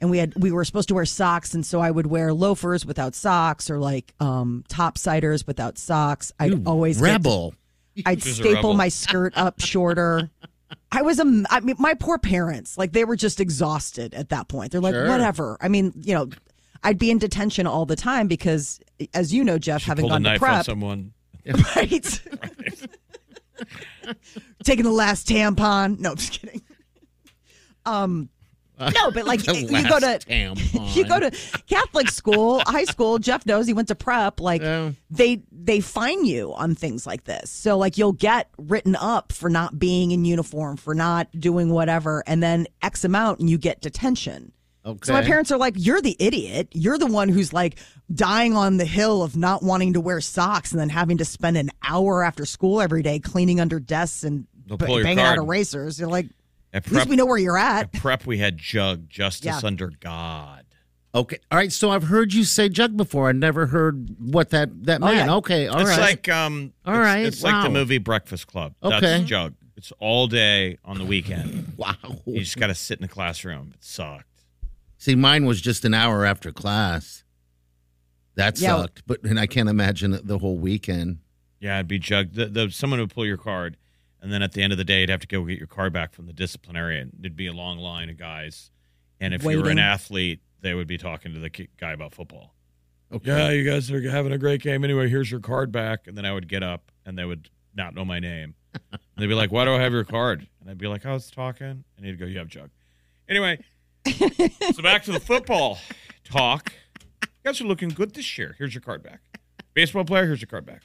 D: and we had we were supposed to wear socks, and so I would wear loafers without socks or like um topsiders without socks. I'd
B: You
D: always get-
B: rebel.
D: I'd
C: She's a
D: staple
C: rebel.
D: my skirt up shorter. I was a, I mean, my poor parents, like they were just exhausted at that point. They're like,
B: Sure.
D: whatever. I mean, you know, I'd be in detention all the time because, as you know, Jeff, having
C: Pulled a
D: gone to
C: knife on
D: prep,
C: someone.
D: right? Taking the last tampon. No, I'm just kidding. Um, no, but like
B: The
D: you go to
B: last tampon.
D: you go to Catholic school, high school. Jeff knows he went to prep. Like
B: Yeah.
D: they they fine you on things like this. So like you'll get written up for not being in uniform, for not doing whatever, and then X amount, and you get detention.
B: Okay.
D: So my parents are like, "You're the idiot. You're the one who's like dying on the hill of not wanting to wear socks and then having to spend an hour after school every day cleaning under desks and
C: They'll
D: b-
C: pull your
D: banging out
C: card.
D: erasers." You're like,
C: At
D: "At least
C: prep,
D: we know where you're at."
C: prep, we had Jug,
D: Yeah.
C: Justice Under God.
B: Okay. All right. So I've heard you say jug before. I never heard what that that
D: Oh,
B: meant.
D: yeah.
B: Okay. All right.
C: it's like um,
B: All
C: it's,
B: right,
C: it's like the
B: wow.
C: movie Breakfast Club.
B: Okay.
C: That's Jug. It's all day on the weekend.
B: wow.
C: you just got to sit in the classroom. It sucked.
B: See, mine was just an hour after class. That
D: Yeah.
B: sucked. But and I can't imagine the whole weekend.
C: Yeah, it'd be Jug. The, the someone would pull your card, and then at the end of the day, you'd have to go get your card back from the disciplinarian. There'd be a long line of guys, and if you were an
D: Waiting.
C: athlete, they would be talking to the ki- guy about football.
B: Okay.
C: Yeah, you guys are having a great game. Anyway, here's your card back. And then I would get up and they would not know my name. And they'd be like, Why do I have your card? And I'd be like, I was talking. And he'd go, You have jug. Anyway, so back to the football talk. You guys are looking good this year. Here's your card back. Baseball player, here's your card back.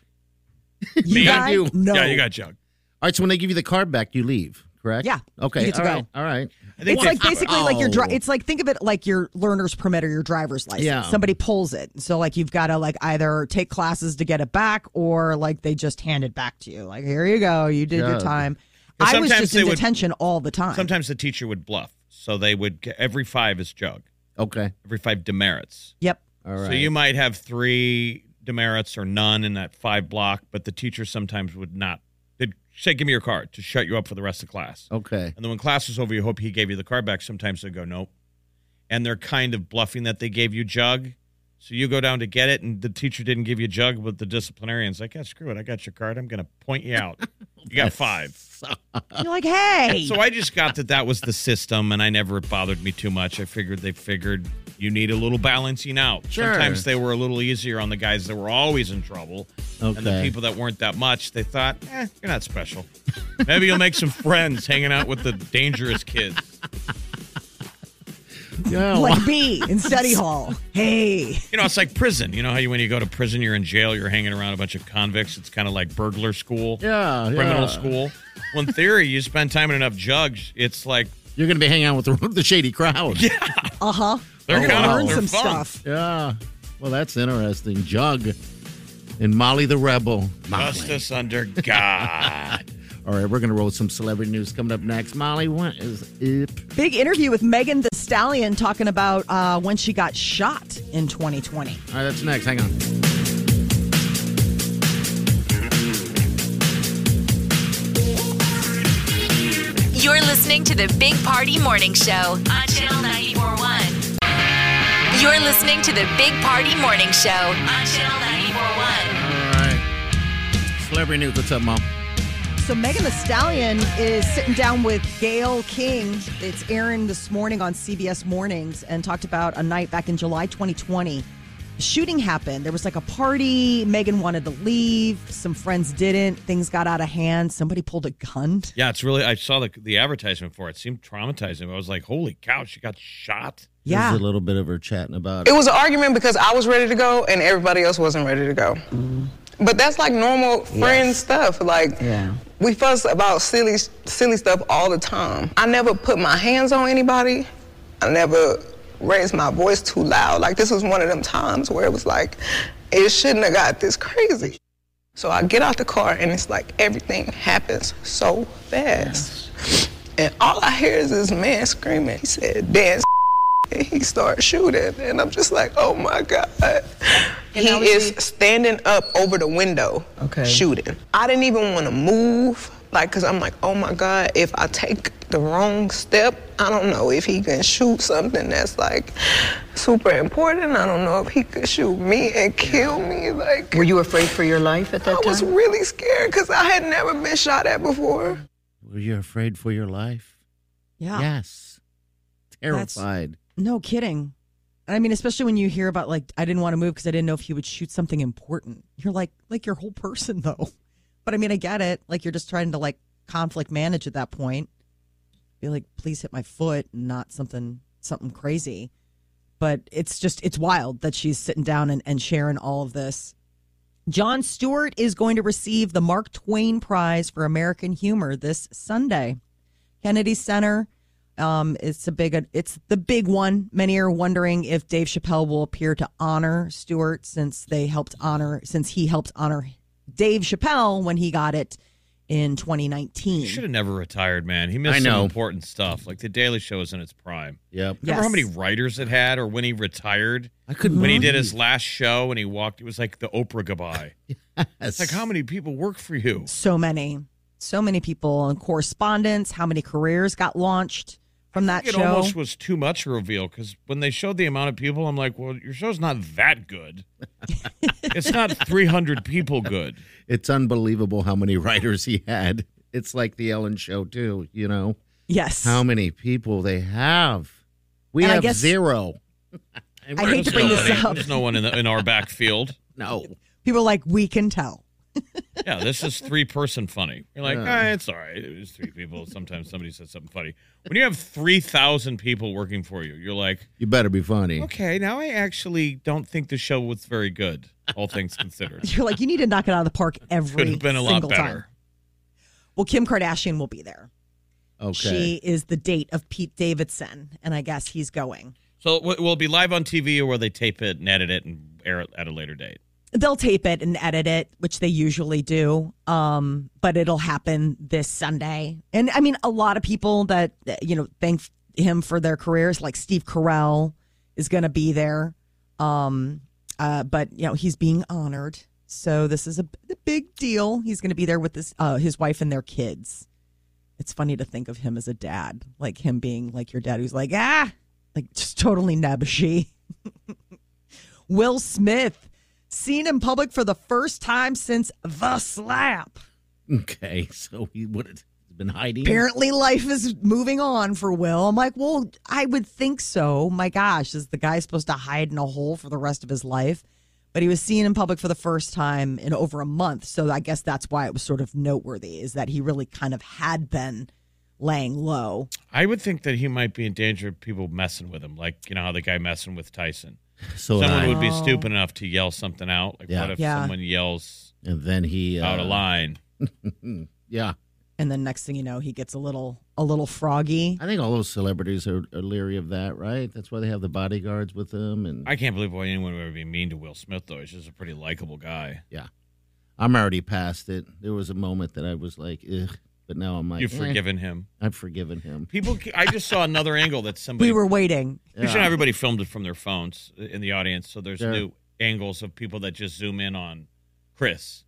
D: You
C: Me?
D: guys
B: You.
D: know.
C: Yeah, you got jug.
B: All right. So when they give you the card back, you leave. Correct.
D: Yeah.
B: Okay.
D: You get to
B: all
D: go.
B: right, All right.
C: I
D: It's
C: they-
D: like basically like your dri-
B: Oh.
D: it's like think of it like your learner's permit or your driver's license.
B: Yeah.
D: Somebody pulls it. So like you've got to like either take classes to get it back or like they just hand it back to you. Like here you go, you did your
B: God.
D: time.
C: And
D: I was
C: sometimes
D: just
C: they
D: in
C: would-
D: detention all the time.
C: sometimes the teacher would bluff. So they would, get- every five is jug,
B: Okay.
C: every five demerits.
D: Yep.
B: All right.
C: So you might have three demerits or none in that five block, but the teacher sometimes would not. They'd say, "Give me your card" to shut you up for the rest of class.
B: okay.
C: And then when class is over, you hope he gave you the card back. Sometimes they go, "Nope," and they're kind of bluffing that they gave you jug. So you go down to get it, and the teacher didn't give you jug, but the disciplinarian's like, "Yeah, screw it, I got your card. I'm going to point you out. You got five.
D: You're like, "Hey,
C: Uh, So I just got that that was the system, and I never it bothered me too much. I figured they figured you need a little balancing out.
B: Sure.
C: Sometimes they were a little easier on the guys that were always in trouble, and the
B: Okay.
C: people that weren't that much. They thought, eh, you're not special. Maybe you'll make some friends hanging out with the dangerous kids.
B: Yeah.
D: like B in study hall. Hey,
C: You know, it's like prison. You know how you when you go to prison, you're in jail, you're hanging around a bunch of convicts. It's kind of like burglar school,
B: Yeah,
C: criminal
B: yeah.
C: school. Well, in theory, you spend time in enough jugs, it's like
B: You're going to be hanging out with the, the shady crowd. Yeah.
D: uh-huh.
C: They're
D: I
C: kinda-
D: learned
C: oh, they're
D: some
C: fun.
D: stuff.
B: Well, that's interesting. Jug and Molly the Rebel. Molly.
C: justice under God.
B: All right, we're going to roll some celebrity news coming up next. Molly, what is up?
D: Big interview with Megan the Stallion talking about uh, when she got shot in 2020.
B: All right, that's next. Hang on.
A: You're listening to the Big Party Morning Show on Channel 941. You're listening to the Big Party Morning Show on Channel 941.
B: All right. Celebrity news. What's up, Mom?
D: So Megan the Stallion is sitting down with Gail King. It's airing this morning on CBS Mornings and talked about a night back in July 2020. The shooting happened. There was like a party. Megan wanted to leave. Some friends didn't. Things got out of hand. Somebody pulled a gun.
C: Yeah, it's really. I saw the the advertisement for it. it seemed traumatizing. I was like, "Holy cow, she got shot!"
D: Yeah.
B: There's a little bit of her chatting about
F: It
B: it.
F: was an argument because I was ready to go and everybody else wasn't ready to go. But that's like normal friend stuff. Like we fuss about silly silly stuff all the time. I never put my hands on anybody. I never raised my voice too loud. Like this was one of them times where it was like it shouldn't have got this crazy. So I get out the car and it's like everything happens so fast. And all I hear is this man screaming. He said, dance and he started shooting and i'm just like oh my god he
G: that was
F: is
G: you?
F: standing up over the window
G: Okay.
F: shooting i didn't even want to move like because i'm like oh my god if i take the wrong step i don't know if he can shoot something that's like super important i don't know if he could shoot me and kill me like
G: Were you afraid for your life at that
F: i
G: time?
F: was really scared because i had never been shot at before
B: Were you afraid for your life?
D: Yeah.
B: Yes.
D: That's-
B: Terrified.
D: No kidding. I mean, especially when you hear about like I didn't want to move because I didn't know if he would shoot something important. You're like like your whole person though. But I mean, I get it. Like you're just trying to like conflict manage at that point. Be like, please hit my foot, and not something something crazy. But it's just it's wild that she's sitting down and, and sharing all of this. John Stewart is going to receive the Mark Twain Prize for American Humor this Sunday. Kennedy Center. Um, it's a big, it's the big one. Many are wondering if Dave Chappelle will appear to honor Stewart since they helped honor, since he helped honor Dave Chappelle when he got it in 2019.
C: He should have never retired, man. He
B: I
C: missed
B: know.
C: some important stuff. Like the Daily Show is in its prime.
B: Yep.
D: Yeah.
C: Remember how
D: Yes.
C: many writers it had, or when he retired,
B: I couldn't
C: when he did
B: believe-
C: his last show, and he walked. It was like the Oprah goodbye.
B: Mm-hmm.
C: It's like how many people work for you?
D: So many, so many people and correspondence. How many careers got launched from that
C: It
D: show?
C: almost was too much to reveal because when they showed the amount of people, I'm like, well, your show's not that good. it's not 300 people good.
B: It's unbelievable how many writers he had. It's like the Ellen Show too. You know
D: yes.
B: how many people they have. We
D: And I
B: have
D: guess-
B: zero.
D: I hate to
C: There's
D: bring
C: nobody-
D: this up.
C: There's no one in, the, in our backfield.
B: No.
D: People are like, we can tell.
C: Yeah, this is three person funny. You're like, eh, it's all right. It was three people. Sometimes somebody says something funny. When you have 3,000 people working for you, you're like,
B: You better be funny.
C: okay, now I actually don't think the show was very good, all things considered.
D: You're like, you need to knock it out of the park every
C: Could have been a lot
D: single
C: better.
D: time. Well, Kim Kardashian will be there.
B: Okay.
D: She is the date of Pete Davidson, and I guess he's going.
C: So w- will it be live on TV or will they tape it and edit it and air it at a later date?
D: They'll tape it and edit it, which they usually do. Um, but it'll happen this Sunday. And I mean, a lot of people that you know thank him for their careers, like Steve Carell, is going to be there. Um, uh, but you know, he's being honored, so this is a, a big deal. He's going to be there with his uh, his wife and their kids. It's funny to think of him as a dad, like him being like your dad, who's like ah, like just totally nebbishy. Will Smith seen in public for the first time since the slap.
B: Okay. So he would have been hiding.
D: Apparently, life is moving on for Will. I'm like, well, I would think so. My gosh, is the guy supposed to hide in a hole for the rest of his life? But he was seen in public for the first time in over a month. So I guess that's why it was sort of noteworthy is that he really kind of had been laying low.
C: I would think that he might be in danger of people messing with him, like you know how the guy messing with Tyson.
B: So would
C: someone
B: I.
C: would be stupid enough to yell something out. Like,
B: Yeah.
C: what if
D: Yeah.
C: someone yells
B: and then he uh,
C: out of line?
B: Yeah.
D: And then next thing you know, he gets a little a little froggy.
B: I think all those celebrities are, are leery of that, right? That's why they have the bodyguards with them. And
C: I can't believe why anyone would ever be mean to Will Smith, though. He's just a pretty likable guy.
B: I'm already past it. There was a moment that I was like, ugh, But now I'm like,
C: You've
B: eh,
C: forgiven him.
B: I've forgiven him.
C: People, I just saw another angle that somebody.
D: We were waiting.
C: You should know everybody filmed it from their phones uh, in the audience, so there's
B: Sure.
C: new angles of people that just zoom in on Chris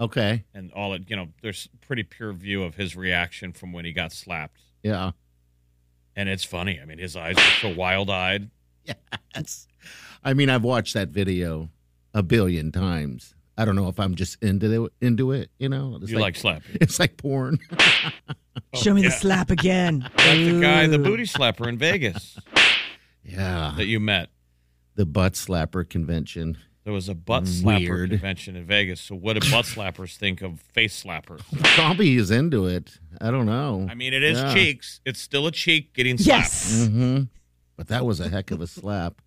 B: Okay.
C: and all it. You know, there's pretty pure view of his reaction from when he got slapped,
B: Yeah.
C: and it's funny. I mean, his eyes are so wild eyed.
B: Yes. I mean, I've watched that video a billion times. I don't know if I'm just into it, into it. You know, it's
C: You like slapping.
B: it's like porn.
D: Show me the
C: Oh, yeah.
D: slap again.
C: That's the guy, the
D: Ooh.
C: booty slapper in Vegas
B: yeah,
C: that you met.
B: the butt slapper convention.
C: There was a butt slapper
B: Weird.
C: convention in Vegas. So what do butt slappers think of face slappers?
B: Zombie is into it. I don't know.
C: I mean, it is
B: Yeah.
C: cheeks. It's still a cheek getting slapped.
D: Yes.
B: hmm But that was a heck of a slap.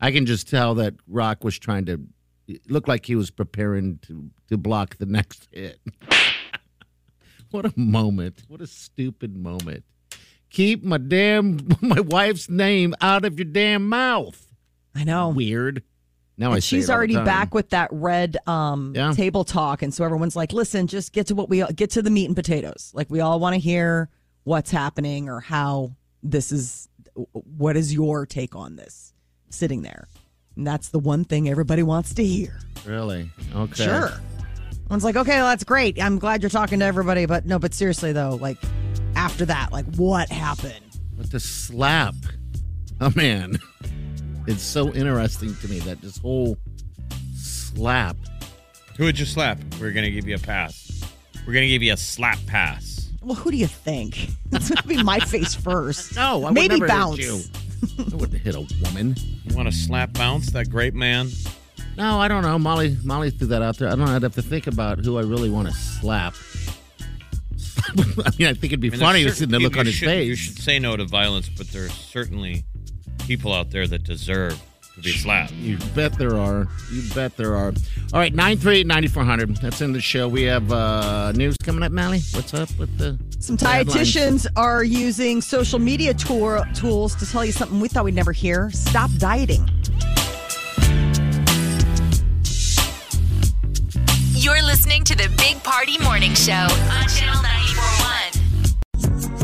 B: I can just tell that Rock was trying to it looked like he was preparing to to block the next hit. what a moment! What a stupid moment! Keep my damn my wife's name out of your damn mouth.
D: I know.
B: Weird. Now Oh, I
D: And
B: say
D: Oh. she's
B: it all the
D: already
B: time.
D: back with that red um,
B: Yeah.
D: table talk, and so everyone's like, "Listen, just get to what we get to the meat and potatoes. Like we all want to hear what's happening or how this is. What is your take on this? Sitting there, and that's the one thing everybody wants to hear.
B: Really? Okay.
D: Sure. One's like, okay, well, that's great. I'm glad you're talking to everybody, but no, but seriously though, like after that, like what happened?
B: But to slap a man, it's so interesting to me that this whole slap.
C: Who would you slap? We're gonna give you a pass. We're gonna give you a slap pass.
D: Well, who do you think? It's gonna be my face first.
B: No, I
D: maybe
B: would never
D: bounce.
B: Hit you. I wouldn't hit a woman.
C: You want to slap bounce that great man?
B: No, I don't know. Molly, Molly threw that out there. I don't. know. I'd have to think about who I really want to slap. I mean, I think it'd be
C: I mean,
B: funny to
C: there's
B: see
C: certain
B: the look
C: people
B: on
C: you
B: his
C: should- You
B: face.
C: should say no to violence, but there's certainly people out there that deserve to be slapped.
B: You bet there are. You bet there are. All right, nine three ninety four hundred. That's in the show. We have uh, news coming up. Molly, what's up with the
D: Some
B: the headlines?
D: dietitians are using social media tour, tools to tell you something we thought we'd never hear. Stop dieting.
A: You're listening to the Big Party Morning Show on Channel 941.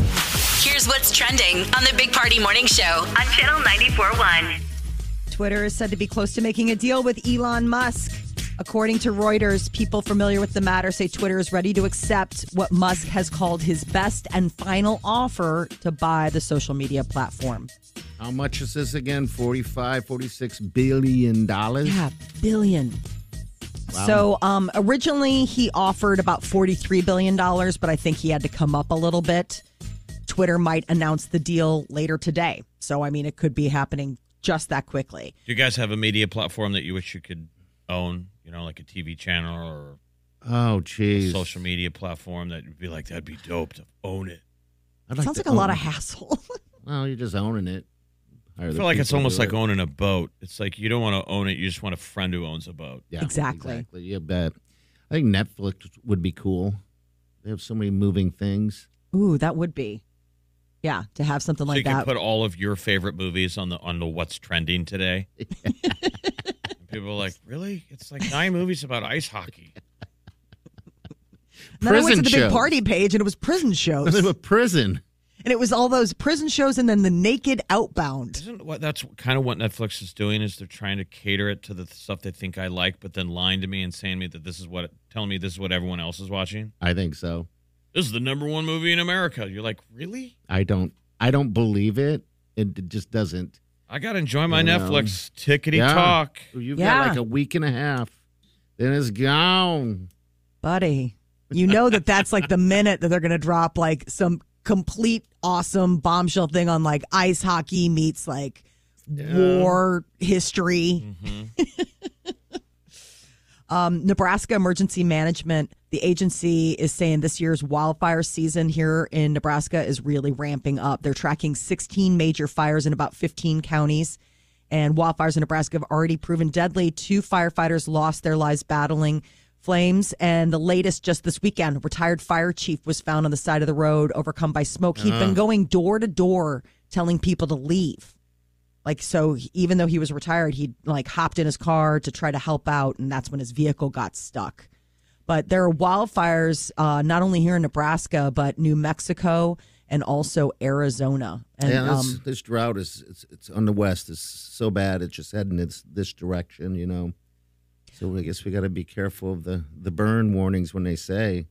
A: Here's what's trending on the Big Party Morning Show on Channel 941.
D: Twitter is said to be close to making a deal with Elon Musk. According to Reuters, people familiar with the matter say Twitter is ready to accept what Musk has called his best and final offer to buy the social media platform.
B: How much is this again? 45, 46 billion dollars.
D: Yeah, billion. So um, originally he offered about $43 billion, but I think he had to come up a little bit. Twitter might announce the deal later today. So, I mean, it could be happening just that quickly.
C: Do you guys have a media platform that you wish you could own? You know, like a TV channel or
B: Oh,
C: a
B: jeez.
C: social media platform that you'd be like, that'd be dope to own it.
B: I'd
D: Sounds
B: to
D: like a lot
B: own-
D: of hassle.
B: Well, you're just owning it. I
C: I feel like it's almost like owning a boat. It's like you don't want to own it; you just want a friend who owns a boat.
B: Yeah,
D: Exactly.
B: Exactly. You bet. I think Netflix would be cool. They have so many moving things.
D: Ooh, that would be. Yeah, to have something
C: So
D: like
C: you can
D: that.
C: put all of your favorite movies on the on the what's trending today. And people are like, really? It's like nine movies about ice hockey.
D: And then I went to
B: prison
D: the
B: shows.
D: big party page and it was prison shows.
B: They have a
D: and
B: prison.
D: it was all those prison shows and then the naked outbound.
C: Isn't what that's kind of what Netflix is doing is they're trying to cater it to the stuff they think I like, but then lying to me and saying me that this is what telling me this is what everyone else is watching.
B: I think so.
C: This is the number one movie in America. You're like, really?
B: I don't. I don't believe it. It d- just doesn't.
C: I gotta enjoy my
B: Yeah.
C: Netflix tickety
B: Yeah.
C: talk.
B: You've got
D: Yeah.
B: like a week and a half. Then it's gone.
D: Buddy, you know that that's like the minute that they're going to drop like some complete awesome bombshell thing on like ice hockey meets like war history. Um, Nebraska Emergency Management, the agency is saying this year's wildfire season here in Nebraska is really ramping up. They're tracking 16 major fires in about 15 counties. And wildfires in Nebraska have already proven deadly. Two firefighters lost their lives battling flames. And the latest just this weekend, a retired fire chief was found on the side of the road, overcome by smoke. He'd been going door to door telling people to leave like so he- even though he was retired he like hopped in his car to try to help out and that's when his vehicle got stuck But there are wildfires uh, not only here in Nebraska, but New Mexico and also Arizona. And
B: yeah, this,
D: um,
B: this drought is it's, it's on the west. It's so bad. It's just heading it's this direction, you know. So I guess we got to be careful of the the burn warnings when they say.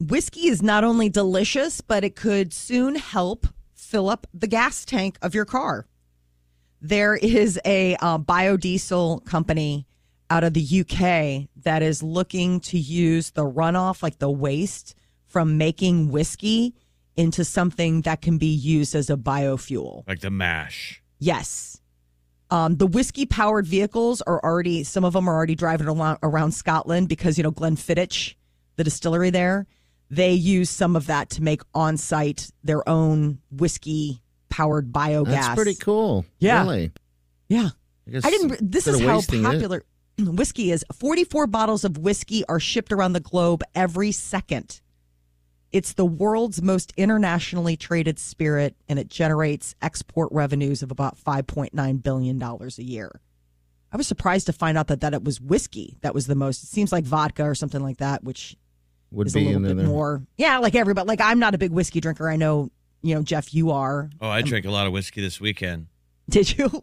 D: whiskey is not only delicious, but it could soon help fill up the gas tank of your car. There is a uh, biodiesel company out of the UK that is looking to use the runoff, like the waste from making whiskey, into something that can be used as a biofuel.
C: like the mash.
D: Yes. Um, the whiskey powered vehicles are already, some of them are already driving along, around Scotland because, you know, Glenfiddich, the distillery there, they use some of that to make on site their own whiskey powered biogas.
B: That's pretty cool.
D: Oh, Yeah.
B: Really.
D: Yeah.
B: guess
D: I didn't, this
B: instead
D: is
B: of
D: how
B: wasting it-
D: popular whiskey is. 44 bottles of whiskey are shipped around the globe every second. It's the world's most internationally traded spirit, and it generates export revenues of about $5.9 billion a year. I was surprised to find out that, that it was whiskey that was the most. It seems like vodka or something like that, which
B: would
D: is a
B: be
D: little
B: another
D: bit more. Yeah, like everybody. Like, I'm not a big whiskey drinker. I know, you know, Jeff, you are.
C: Oh, I drank a lot of whiskey this weekend.
D: Did you?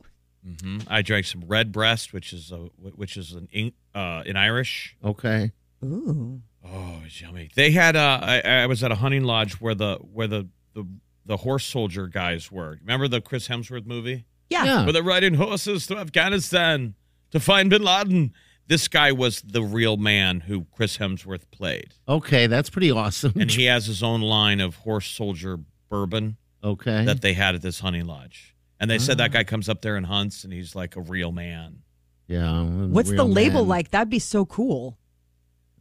C: hmm I drank some red breast, which is a which is an Eng- uh, an Irish.
B: Okay.
D: Ooh.
C: Oh, it's yummy! They had. Uh, I, I was at a hunting lodge where the where the the, the horse soldier guys were. Remember the Chris Hemsworth movie?
D: Yeah.
C: Where they're riding horses to Afghanistan to find Bin Laden. This guy was the real man who Chris Hemsworth played,
B: Okay, that's pretty awesome.
C: and he has his own line of horse soldier bourbon
B: okay.
C: that they had at this hunting lodge. And they said that guy comes up there and hunts, and he's like a real man.
B: yeah.
D: What's the
B: real
D: label
B: man.
D: like? That'd be so cool.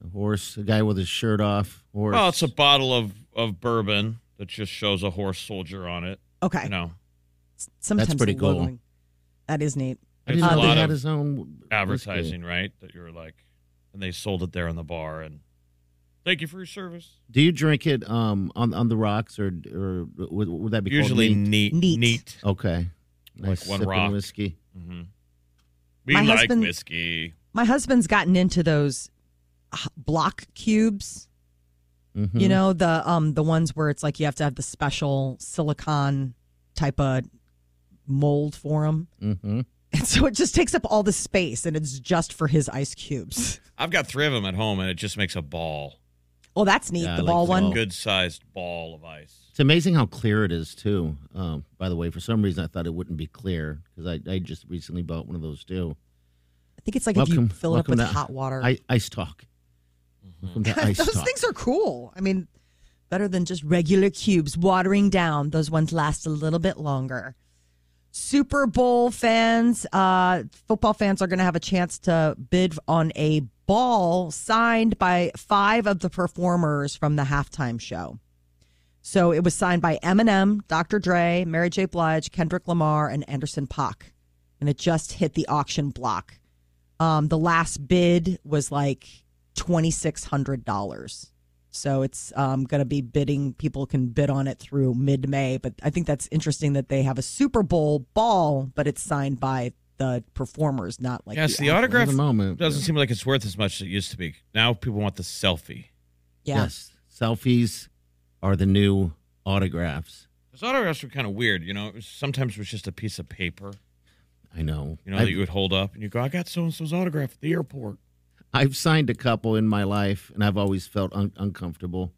B: A horse, a guy with his shirt off. Horse.
C: Well, it's a bottle of of bourbon that just shows a horse soldier on it.
D: Okay.
C: You know,
D: Sometimes
B: pretty
D: the
B: cool.
D: logoing- That is neat.
B: I
C: It's
B: didn't
C: a
B: know they
C: lot
B: had
C: of
B: his own
C: advertising,
B: whiskey.
C: right? That you're like, and they sold it there in the bar. And thank you for your service.
B: Do you drink it um on on the rocks or or would, would that be called
C: Usually
B: neat?
C: neat,
D: Neat.
C: neat.
B: Okay. Nice
C: one
B: sip of
C: rock.
B: whiskey.
C: hmm We
D: My
C: like
D: husband-
C: whiskey.
D: My husband's gotten into those uh, block cubes.
B: Mhm.
D: You know the um the ones where it's like you have to have the special silicon type of mold for them,
B: Mm-hmm.
D: and so it just takes up all the space, and it's just for his ice cubes.
C: I've got three of them at home, and it just makes a ball,
D: Oh, that's neat.
B: Yeah, I
D: the
B: like
D: ball
B: the
D: one.
B: ball.
C: good sized ball of ice.
B: It's amazing how clear it is too. Um, by the way, for some reason I thought it wouldn't be clear because I, I just recently bought one of those too.
D: I think it's like if you
B: welcome,
D: fill it up
B: welcome
D: with
B: to
D: hot water.
B: I, ice talk.
C: Mm-hmm.
B: Welcome to ice
D: those
B: talk.
D: things are cool. I mean, better than just regular cubes watering down. Those ones last a little bit longer. Super Bowl fans, uh, football fans are going to have a chance to bid on a ball signed by five of the performers from the halftime show. So it was signed by Eminem, Dr. Dre, Mary J. Blige, Kendrick Lamar, and Anderson Paak. And it just hit the auction block. Um, the last bid was like twenty six hundred dollars. So it's um, going to be bidding. People can bid on it through mid May. But I think that's interesting that they have a Super Bowl ball, but it's signed by the performers, not like
C: yes,
D: the,
C: the autograph
B: the moment,
C: doesn't
B: yeah.
C: seem like it's worth as much as it used to be. Now people want the selfie.
D: yeah.
B: Yes, selfies are the new autographs.
C: Because autographs were kind of weird, you know. It was- Sometimes it was just a piece of paper,
B: I know.
C: you know,
B: I've,
C: that you would hold up and you go, "I got so and so's autograph at the airport."
B: I've signed a couple in my life, and I've always felt un- uncomfortable.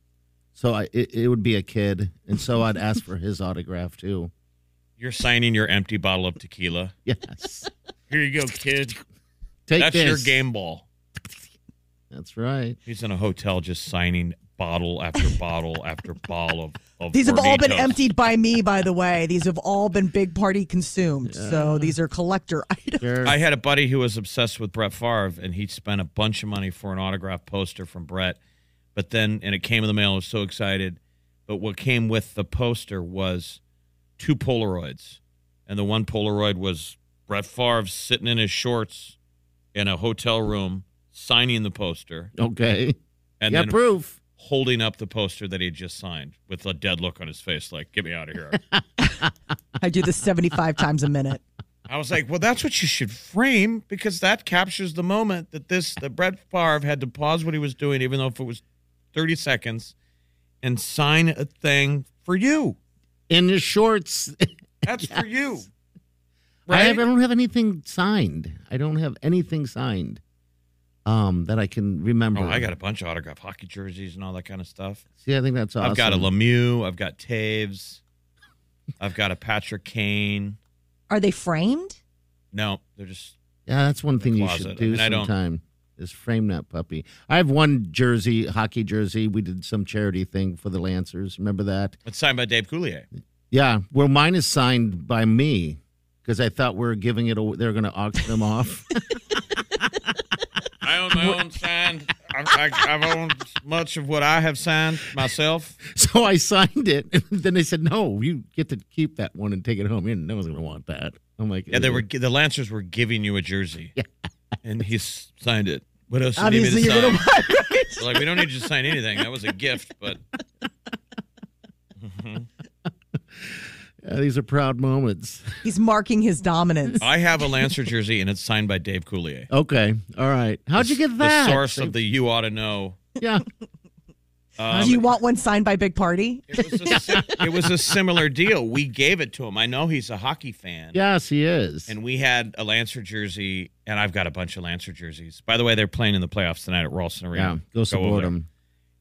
B: So I, it, it would be a kid, and so I'd ask for his autograph too.
C: You're signing your empty bottle of tequila.
B: Yes,
C: Here you go, kid.
B: take
C: That's
B: this.
C: your game ball.
B: That's right.
C: He's in a hotel just signing bottle after bottle after bottle of, of
D: These have all been
C: Hornitos.
D: emptied by me, by the way. These have all been big party consumed. So these are collector items.
B: Sure.
C: I had a buddy who was obsessed with Brett Favre, and he spent a bunch of money for an autograph poster from Brett. But then, and it came in the mail. I was so excited. But what came with the poster was two Polaroids, and the one Polaroid was Brett Favre sitting in his shorts in a hotel room signing the poster,
B: okay.
C: and
B: yeah,
C: then
B: proof.
C: holding up the poster that he had just signed with a dead look on his face, like "Get me out of here."
D: I do this 75 times a minute.
C: I was like, well, that's what you should frame because that captures the moment that this that Brett Favre had to pause what he was doing, even though if it was 30 seconds, and sign a thing for you.
B: in his shorts.
C: That's for you.
B: I,
C: Right?
B: have, I don't have anything signed. I don't have anything signed um, that I can remember.
C: Oh, I got a bunch of autograph hockey jerseys and all that kind of stuff.
B: See, I think that's awesome.
C: I've got a Lemieux. I've got Taves. I've got a Patrick Kane.
D: Are they framed?
C: No, they're just
B: Yeah, that's one thing you
C: closet. I
B: should do
C: mean, I don't-
B: sometime. Is frame that puppy. I have one jersey, hockey jersey. We did some charity thing for the Lancers. Remember that?
C: it's signed by Dave Coulier.
B: Yeah. Well, mine is signed by me because I thought we were giving it. aw- They're going to auction them off.
C: I own my own signed. I've, I've owned much of what I have signed myself.
B: So I signed it, and then they said, "No, you get to keep that one and take it home." And no one's gonna want that. I'm like,
C: Yeah, they were the Lancers were giving you a jersey, and he s- signed it. What else? did he need me
D: Obviously,
C: to
D: you're going
C: sign?
D: to want
C: They're like we don't need you to sign anything. That was a gift, but
B: Yeah, these are proud moments."
D: He's marking his dominance.
C: I have a Lancer jersey, and it's signed by Dave Coulier.
B: Okay, all right. How'd you get that?
C: The source of the you ought to know.
B: yeah.
C: Um,
D: Do you want one signed by Big Party?
C: it, was a, si- it was a similar deal. We gave it to him. I know he's a hockey fan.
B: Yes, he is.
C: And we had a Lancer jersey, and I've got a bunch of Lancer jerseys. By the way, they're playing in the playoffs tonight at Ralston Arena.
B: yeah, go
C: over
B: support
C: there.
B: him.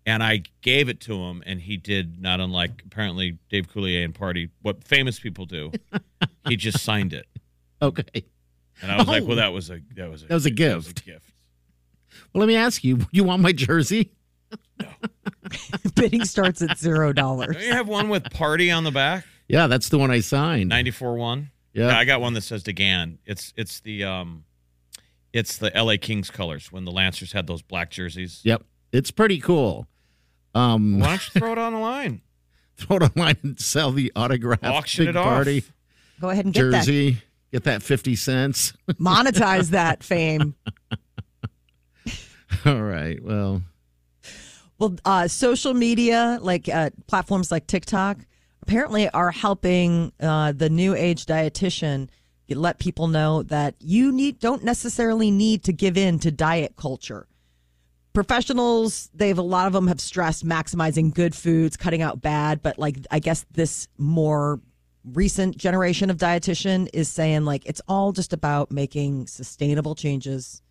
C: And I gave it to him, and he did not unlike apparently Dave Coulier and Party, what famous people do. he just signed it,
B: Okay.
C: and I was like,
B: Oh.
C: "Well, that was a that was a
B: That was a gift.
C: gift."
B: Well, let me ask you. You want my jersey?
D: Bidding starts at zero dollars.
C: Don't you have one with Party on the back?
B: Yeah, that's the one I signed.
C: Ninety four one.
B: Yeah.
C: I got one that says DeGan. It's it's the um, it's the L.A. Kings colors when the Lancers had those black jerseys.
B: Yep, it's pretty cool. Um,
C: Why don't you throw it on the line?
B: throw it online and sell the autograph.
C: Auction
B: big
C: it off.
B: party
D: Go ahead and get
B: jersey. Get that fifty cents.
D: that. Monetize that fame.
B: all right. Well.
D: Well, uh, social media, like uh, platforms like TikTok, apparently are helping uh, the new age dietitian let people know that you need don't necessarily need to give in to diet culture. Professionals, they've a lot of them have stressed maximizing good foods, cutting out bad, but like I guess this more recent generation of dietitian is saying like it's all just about making sustainable changes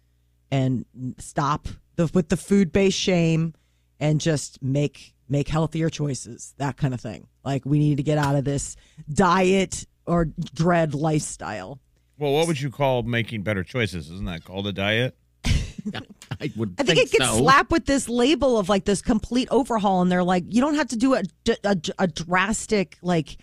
D: and stop the, with the food based shame and just make make healthier choices that kind of thing like we need to get out of this diet or dread lifestyle
C: Well, what would you call making better choices? Isn't that called a diet?
B: I would.
D: i think, it gets
B: so.
D: slapped with this label of like this complete overhaul and they're like you don't have to do a, a, a drastic like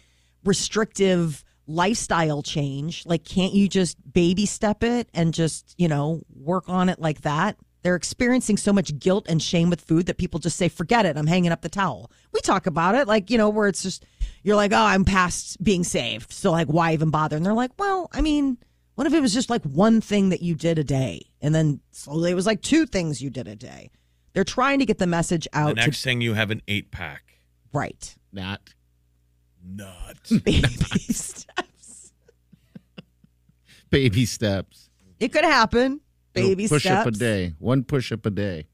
D: restrictive lifestyle change like can't you just baby step it and just you know work on it like that they're experiencing so much guilt and shame with food that people just say forget it i'm hanging up the towel we talk about it like you know where it's just you're like oh i'm past being saved so like why even bother and they're like well i mean what if it was just like one thing that you did a day and then slowly it was like two things you did a day they're trying to get the message
C: The
B: Oh,
D: out to,
C: next thing you have an eight pack.
D: right
B: Not.
C: Not.
D: baby steps
B: baby steps.
D: It could happen. Baby
B: push
D: steps.
B: up a day. One push up a day.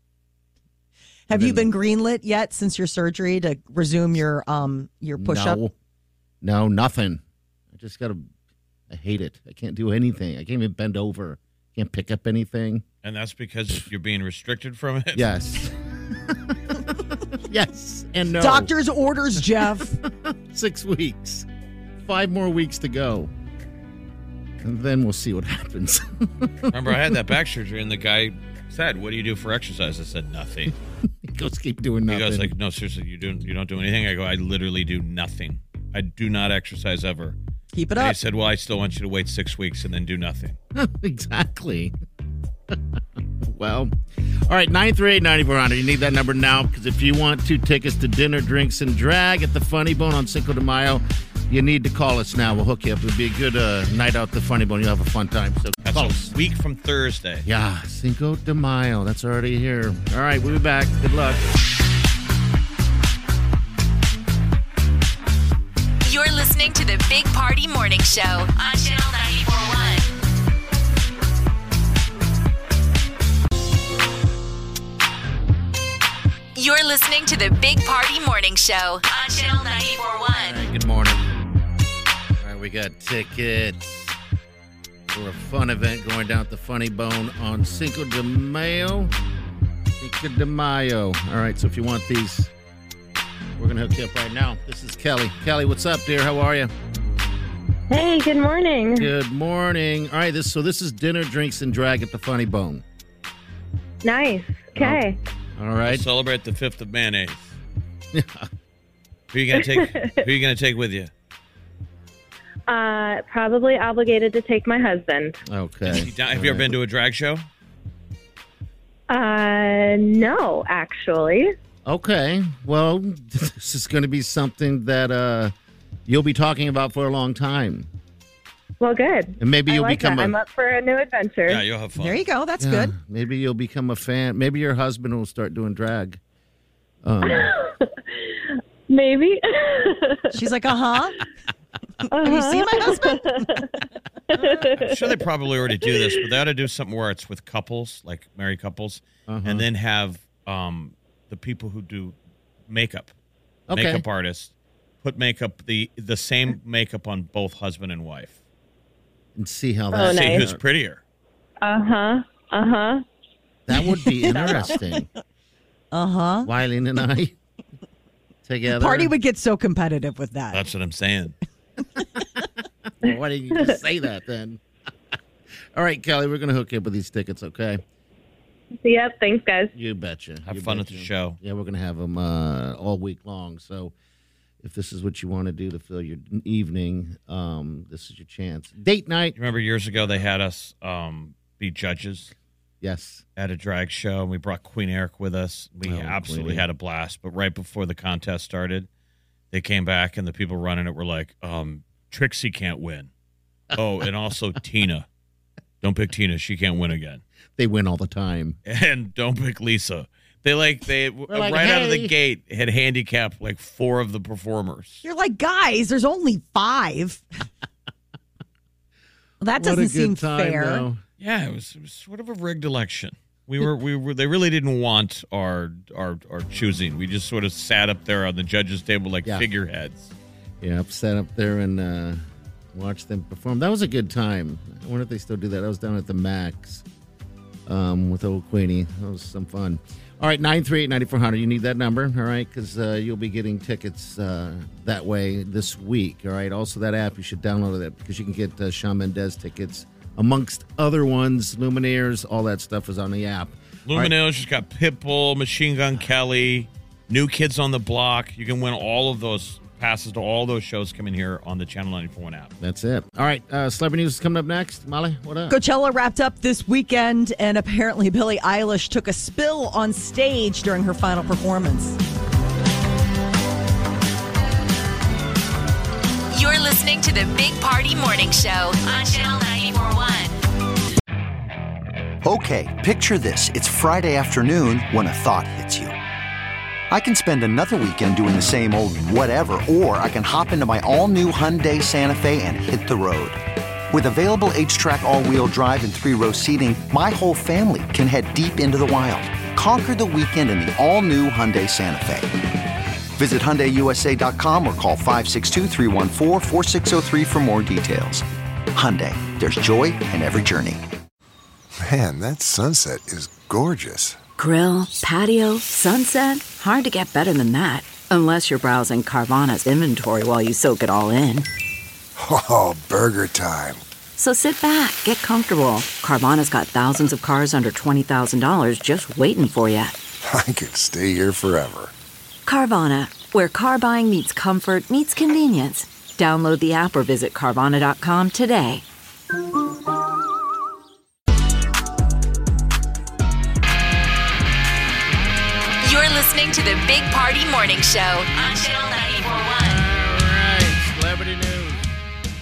D: Have you been greenlit yet since your surgery to resume your um your push
B: no.
D: up?
B: No, nothing. I just gotta. I hate it. I can't do anything. I can't even bend over. Can't pick up anything.
C: And that's because you're being restricted from it.
B: Yes. yes and no.
D: Doctor's orders, Jeff.
B: Six weeks. Five more weeks to go. And then we'll see what happens.
C: Remember, I had that back surgery, and the guy said, "What do you do for exercise?" I said, "Nothing."
B: he goes, keep doing
C: He
B: nothing.
C: goes like, "No, seriously, you don't you don't do anything." I go, "I literally do nothing. I do not exercise ever."
D: Keep it
C: And he
D: up.
C: said, "Well, I still want you to wait six weeks and then do nothing."
B: exactly. well, all right, 938 9400. You need that number now because if you want two tickets to dinner, drinks, and drag at the Funny Bone on Cinco de Mayo, you need to call us now. We'll hook you up. It'll be a good uh, night out at the Funny Bone. You'll have a fun time. So
C: That's
B: call
C: a week from Thursday.
B: Yeah, Cinco de Mayo. That's already here. All right, we'll be back. Good luck.
A: You're listening to the Big Party Morning Show on Channel 941. You're listening to the Big Party Morning Show on Channel 941.
B: Good morning. All right, we got tickets for a fun event going down at the Funny Bone on Cinco de Mayo. Cinco de Mayo. All right, so if you want these, we're going to hook you up right now. This is Kelly. Kelly, what's up, dear? How are you?
G: Hey, good morning.
B: Good morning. All right, this so this is dinner, drinks, and drag at the Funny Bone.
G: Nice. Okay.
B: All right.
C: Celebrate the fifth of mayonnaise. Who you gonna take? who you gonna take with you?
G: Uh, probably obligated to take my husband.
B: Okay.
C: Have you ever been to a drag show?
G: Uh, no, actually.
B: Okay. Well, this is going to be something that uh, you'll be talking about for a long time,
G: Well, good.
B: and maybe
G: I
B: you'll
G: like
B: become
G: that.
B: a
G: I'm up for a new adventure.
C: Yeah, you'll have fun.
D: There you go. That's
B: Yeah,
D: good.
B: Maybe you'll become a fan. Maybe your husband will start doing drag. Um,
G: Maybe.
D: She's like, uh huh. Have you seen my husband?
C: I'm sure they probably already do this, but they ought to do something where it's with couples, like married couples,
B: Uh-huh.
C: and then have um, the people who do makeup,
B: Okay.
C: makeup artists, put makeup the the same makeup on both husband and wife.
B: and see how
G: Oh,
B: that
C: See
G: nice.
C: who's prettier.
G: Uh huh. Uh huh.
B: that would be interesting.
D: Uh huh.
B: Wyleen and I together.
D: Party would get so competitive with that.
C: That's what I'm saying.
B: Well, why didn't you just say that then? All right, Kelly, we're gonna hook you up with these tickets, okay?
G: Yep. Thanks, guys.
B: You betcha.
C: Have
B: You
C: fun at the
B: betcha.
C: show.
B: Yeah, we're gonna have them uh, all week long. So if this is what you want to do to fill your evening, um, this is your chance. Date night.
C: You remember years ago they had us um, be judges
B: Yes.
C: at a drag show, and we brought Queen Eric with us. We
B: Oh,
C: absolutely
B: Queenie.
C: had a blast. But right before the contest started, they came back, and the people running it were like, um, "Trixie can't win." Oh, and also Tina. Don't pick Tina; she can't win again.
B: They win all the time.
C: And don't pick Lisa. They like they
B: like,
C: right out of
B: "Hey."
C: the gate had handicapped like four of the performers.
D: You're like, guys, there's only five. well, that
B: What a
D: doesn't
B: good
D: seem
B: time,
D: fair.
B: though.
C: Yeah, it was, it was sort of a rigged election. We were, we were, they really didn't want our, our, our choosing. We just sort of sat up there on the judges' table like
B: Yeah.
C: figureheads.
B: Yeah, I've sat up there and uh, watched them perform. That was a good time. I wonder if they still do that. I was down at the Max um, with old Queenie. That was some fun. All right, 938-9400. You need that number, all right, because uh, you'll be getting tickets uh, that way this week, all right? Also, that app, you should download that because you can get uh, Shawn Mendes tickets, amongst other ones, Lumineers, all that stuff is on the app. All right,
C: Luminous just got Pitbull, Machine Gun Kelly, New Kids on the Block. You can win all of those passes to all those shows coming here on the Channel 94 app.
B: that's it. All right, uh, Celebrity News is coming up next. Molly, what up?
D: Coachella wrapped up this weekend, and apparently Billie Eilish took a spill on stage during her final performance.
A: You're listening to the Big Party Morning Show on Channel 941.
H: Okay, picture this. It's Friday afternoon when a thought hits you. I can spend another weekend doing the same old whatever, or I can hop into my all new Hyundai Santa Fe and hit the road. With available H track, all wheel drive, and three row seating, my whole family can head deep into the wild. Conquer the weekend in the all new Hyundai Santa Fe. Visit HyundaiUSA.com or call 562-314-4603 for more details. Hyundai, there's joy in every journey.
I: Man, that sunset is gorgeous.
J: Grill, patio, sunset. Hard to get better than that. Unless you're browsing Carvana's inventory while you soak it all in.
I: Oh, burger time.
J: So sit back, get comfortable. Carvana's got thousands of cars under $20,000 just waiting for you.
I: I could stay here forever.
J: Carvana, where car buying meets comfort, meets convenience. Download the app or visit Carvana.com today.
A: You're listening to the Big Party Morning Show on Channel 941.
B: All right, Celebrity News.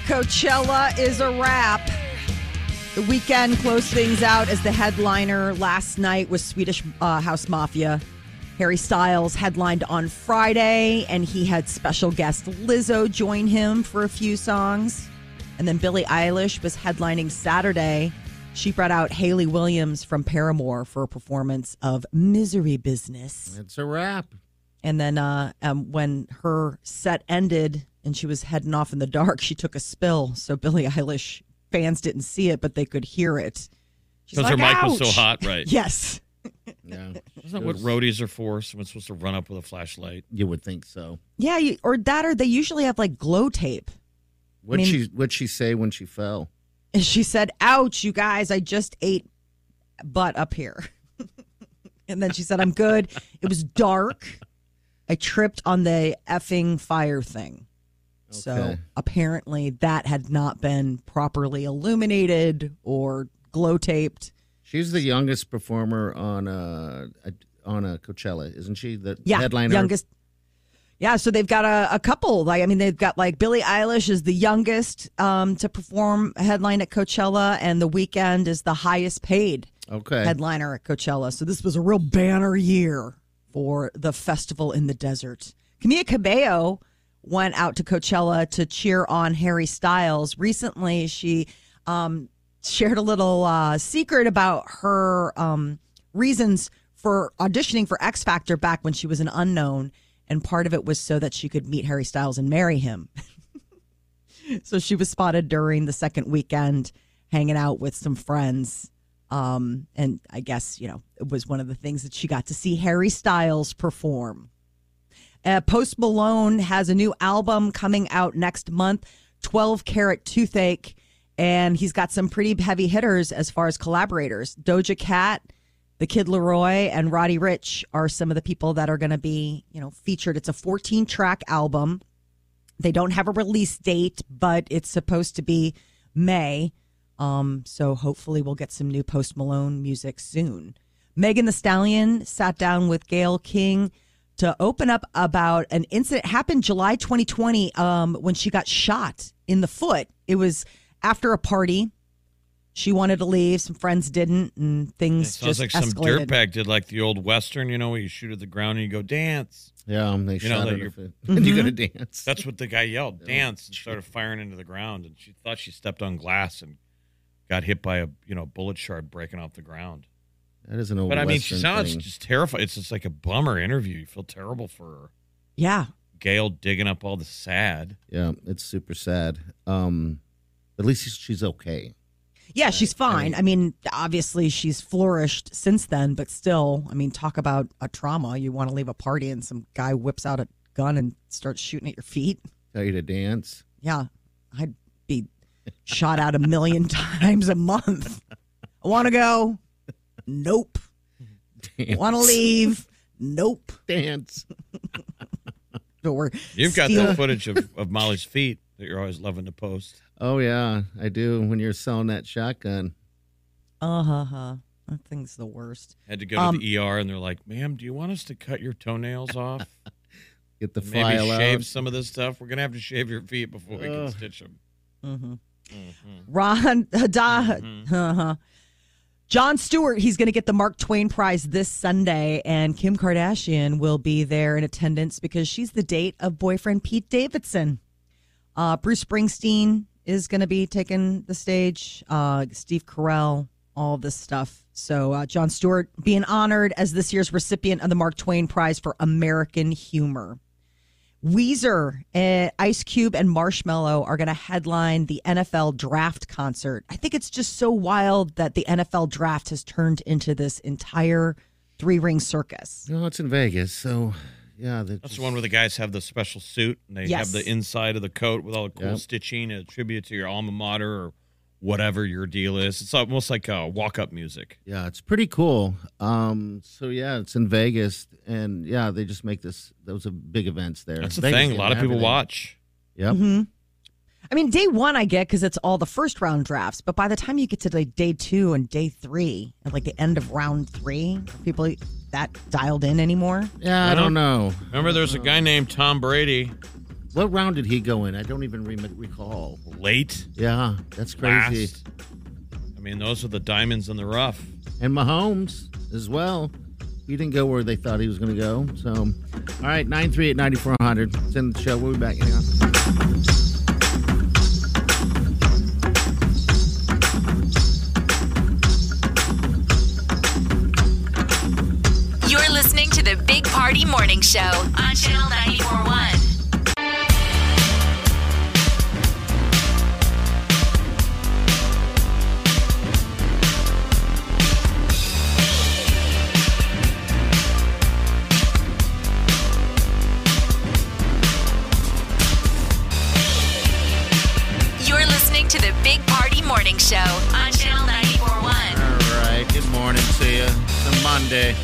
D: Coachella is a wrap. The weekend closed things out as the headliner last night was Swedish uh, House Mafia. Harry Styles headlined on Friday, and he had special guest Lizzo join him for a few songs. And then Billie Eilish was headlining Saturday. She brought out Haley Williams from Paramore for a performance of Misery Business.
B: It's a wrap.
D: And then uh, um, when her set ended and she was heading off in the dark, she took a spill. So Billie Eilish fans didn't see it, but they could hear it. She's
C: Because her
D: like,
C: mic was so
D: "Ouch."
C: hot, right?
D: Yes.
B: Yeah.
C: Isn't that what roadies are for? Someone's supposed to run up with a flashlight.
B: You would think so.
D: Yeah, you, or that, or they usually have like glow tape. I
B: What'd
D: mean-
B: she what'd she say when she fell?
D: And she said, Ouch, you guys, I just ate butt up here. and then she said, I'm good. It was dark. I tripped on the effing fire thing. So
B: Okay.
D: apparently that had not been properly illuminated or glow taped.
B: She's the youngest performer on uh on a Coachella, isn't she? The
D: Yeah,
B: headliner.
D: youngest. Yeah, so they've got a, a couple. Like I mean, they've got like Billie Eilish is the youngest um, to perform headline at Coachella, and The Weeknd is the highest paid.
B: Okay.
D: headliner at Coachella. So this was a real banner year for the festival in the desert. Camila Cabello went out to Coachella to cheer on Harry Styles. Recently, she um, shared a little uh, secret about her um, reasons for auditioning for X Factor back when she was an unknown. And part of it was so that she could meet Harry Styles and marry him. So she was spotted during the second weekend hanging out with some friends. Um, and I guess, you know, it was one of the things that she got to see Harry Styles perform. Uh, Post Malone has a new album coming out next month 12 Carat Toothache. And he's got some pretty heavy hitters as far as collaborators. Doja Cat, The Kid Leroy, and Roddy Rich are some of the people that are going to be, you know, featured. It's a 14 track album. They don't have a release date, but it's supposed to be May. Um, so hopefully we'll get some new Post Malone music soon. Megan the Stallion sat down with Gail King to open up about an incident happened July 2020 um, when she got shot in the foot. It was after a party. She wanted to leave. Some friends didn't, and
C: It
D: things
C: sounds
D: just
C: like some
D: escalated.
C: dirtbag did like the old Western, you know, where you shoot at the ground and you go dance.
B: Yeah, um, they
C: You know,
B: shot
C: that
B: her.
C: you're-
B: to fit.
D: Mm-hmm.
B: you gotta dance.
C: That's what the guy yelled, dance, and started firing into the ground. And she thought she stepped on glass and got hit by a you know bullet shard breaking off the ground.
B: That is an old
C: But I mean,
B: uh,
C: she
B: Western
C: sounds
B: thing.
C: just terrified. It's just like a bummer interview. You feel terrible for her.
D: yeah,
C: Gail digging up all the sad.
B: Yeah, it's super sad. Um, at least she's okay.
D: Yeah, she's fine. I mean, obviously she's flourished since then, but still, I mean, talk about a trauma. You want to leave a party and some guy whips out a gun and starts shooting at your feet.
B: Tell you to dance.
D: Yeah, I'd be shot out a million times a month. I want to go. Nope.
B: Dance.
D: Want to leave. Nope.
B: dance.
D: But we're
C: You've got
D: stealing-
C: that footage of, of Molly's feet that you're always loving to post.
B: Oh yeah, I do. When you're selling that shotgun,
D: Uh huh. huh. That thing's the worst.
C: Had to go to the ER and they're like, "Ma'am, do you want us to cut your toenails off?
B: get the
C: Maybe
B: file
C: shave
B: out.
C: some of this stuff. We're gonna have to shave your feet before we can
B: Ugh.
C: stitch them."
D: Ron Hadah. uh-huh. John Stewart, he's going to get the Mark Twain Prize this Sunday, and Kim Kardashian will be there in attendance because she's the date of boyfriend Pete Davidson. Uh, Bruce Springsteen is going to be taking the stage, uh, Steve Carell, all this stuff. So, uh, John Stewart being honored as this year's recipient of the Mark Twain Prize for American Humor. Weezer, uh, Ice Cube, and Marshmello are going to headline the NFL draft concert. I think it's just so wild that the NFL draft has turned into this entire three ring circus.
B: No, it's in Vegas, so yeah.
C: That's the one where the guys have the special suit and they
D: Yes.
C: have the inside of the coat with all the cool
B: Yep.
C: stitching, a tribute to your alma mater or whatever your deal is. It's almost like uh, walk up music.
B: Yeah, it's pretty cool. Um, so yeah, it's in Vegas, and yeah, they just make this. Those are big events there.
C: That's the
B: Vegas
C: thing. A
B: gets
C: lot of people
B: everything.
C: watch.
B: Yep.
D: I mean, day one I get because it's all the first round drafts, but by the time you get to like day two and day three, at like the end of round three, people that dialed in anymore.
B: Yeah, I don't know.
C: Remember, there's a guy named Tom Brady.
B: What round did he go in? I don't even re- recall.
C: Late,
B: Yeah, that's crazy.
C: last. I mean, those are the diamonds in the rough.
B: and Mahomes as well. He didn't go where they thought he was going to go. So, all right, 938 9400. It's in the show. We'll be back. Hang on.
A: listening to the Big Party Morning Show on Channel 941.
B: All right. Good morning to you. It's a Monday.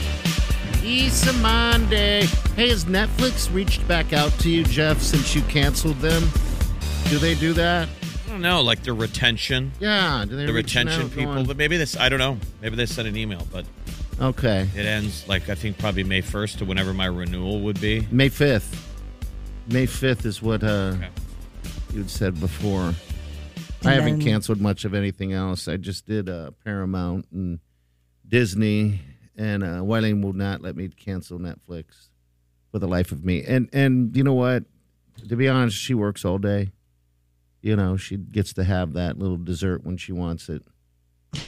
B: It's a Monday. Hey, has Netflix reached back out to you, Jeff, since you canceled them? Do they do that?
C: I don't know, like the retention,
B: Yeah. Do they
C: the
B: reach
C: retention
B: out
C: people.
B: going-
C: But maybe this, I don't know. Maybe they sent an email, but
B: Okay.
C: it ends like I think probably May first to whenever my renewal would be.
B: May 5th. May 5th is what uh,
C: Okay.
B: you'd said before. I
D: And
B: haven't
D: then-
B: canceled much of anything else. I just did uh, Paramount and Disney, and uh, Wileen will not let me cancel Netflix for the life of me. And and you know what? To be honest, she works all day. You know, she gets to have that little dessert when she wants it.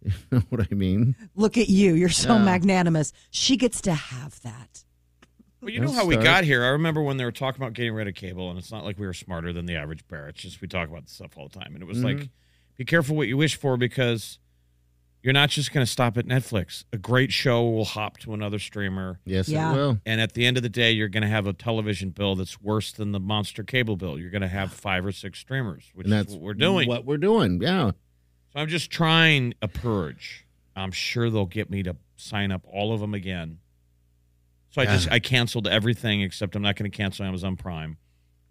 B: You know what I mean?
D: Look at you. You're so
B: Yeah.
D: magnanimous. She gets to have that.
C: Well, you know
B: Let's
C: how we
B: start.
C: got here. I remember when they were talking about getting rid of cable, and it's not like we were smarter than the average bear. It's just we talk about this stuff all the time, and it was like,
B: Mm-hmm.
C: be careful what you wish for because you're not just going to stop at Netflix. A great show will hop to another streamer,
B: Yes,
D: Yeah.
B: it will.
C: and at the end of the day, you're going to have a television bill that's worse than the monster cable bill. You're going to have five or six streamers, which
B: And that's
C: is what we're doing.
B: What we're doing, yeah.
C: So I'm just trying a purge. I'm sure they'll get me to sign up all of them again. So I just
B: Yeah.
C: I canceled everything except I'm not going to cancel Amazon Prime.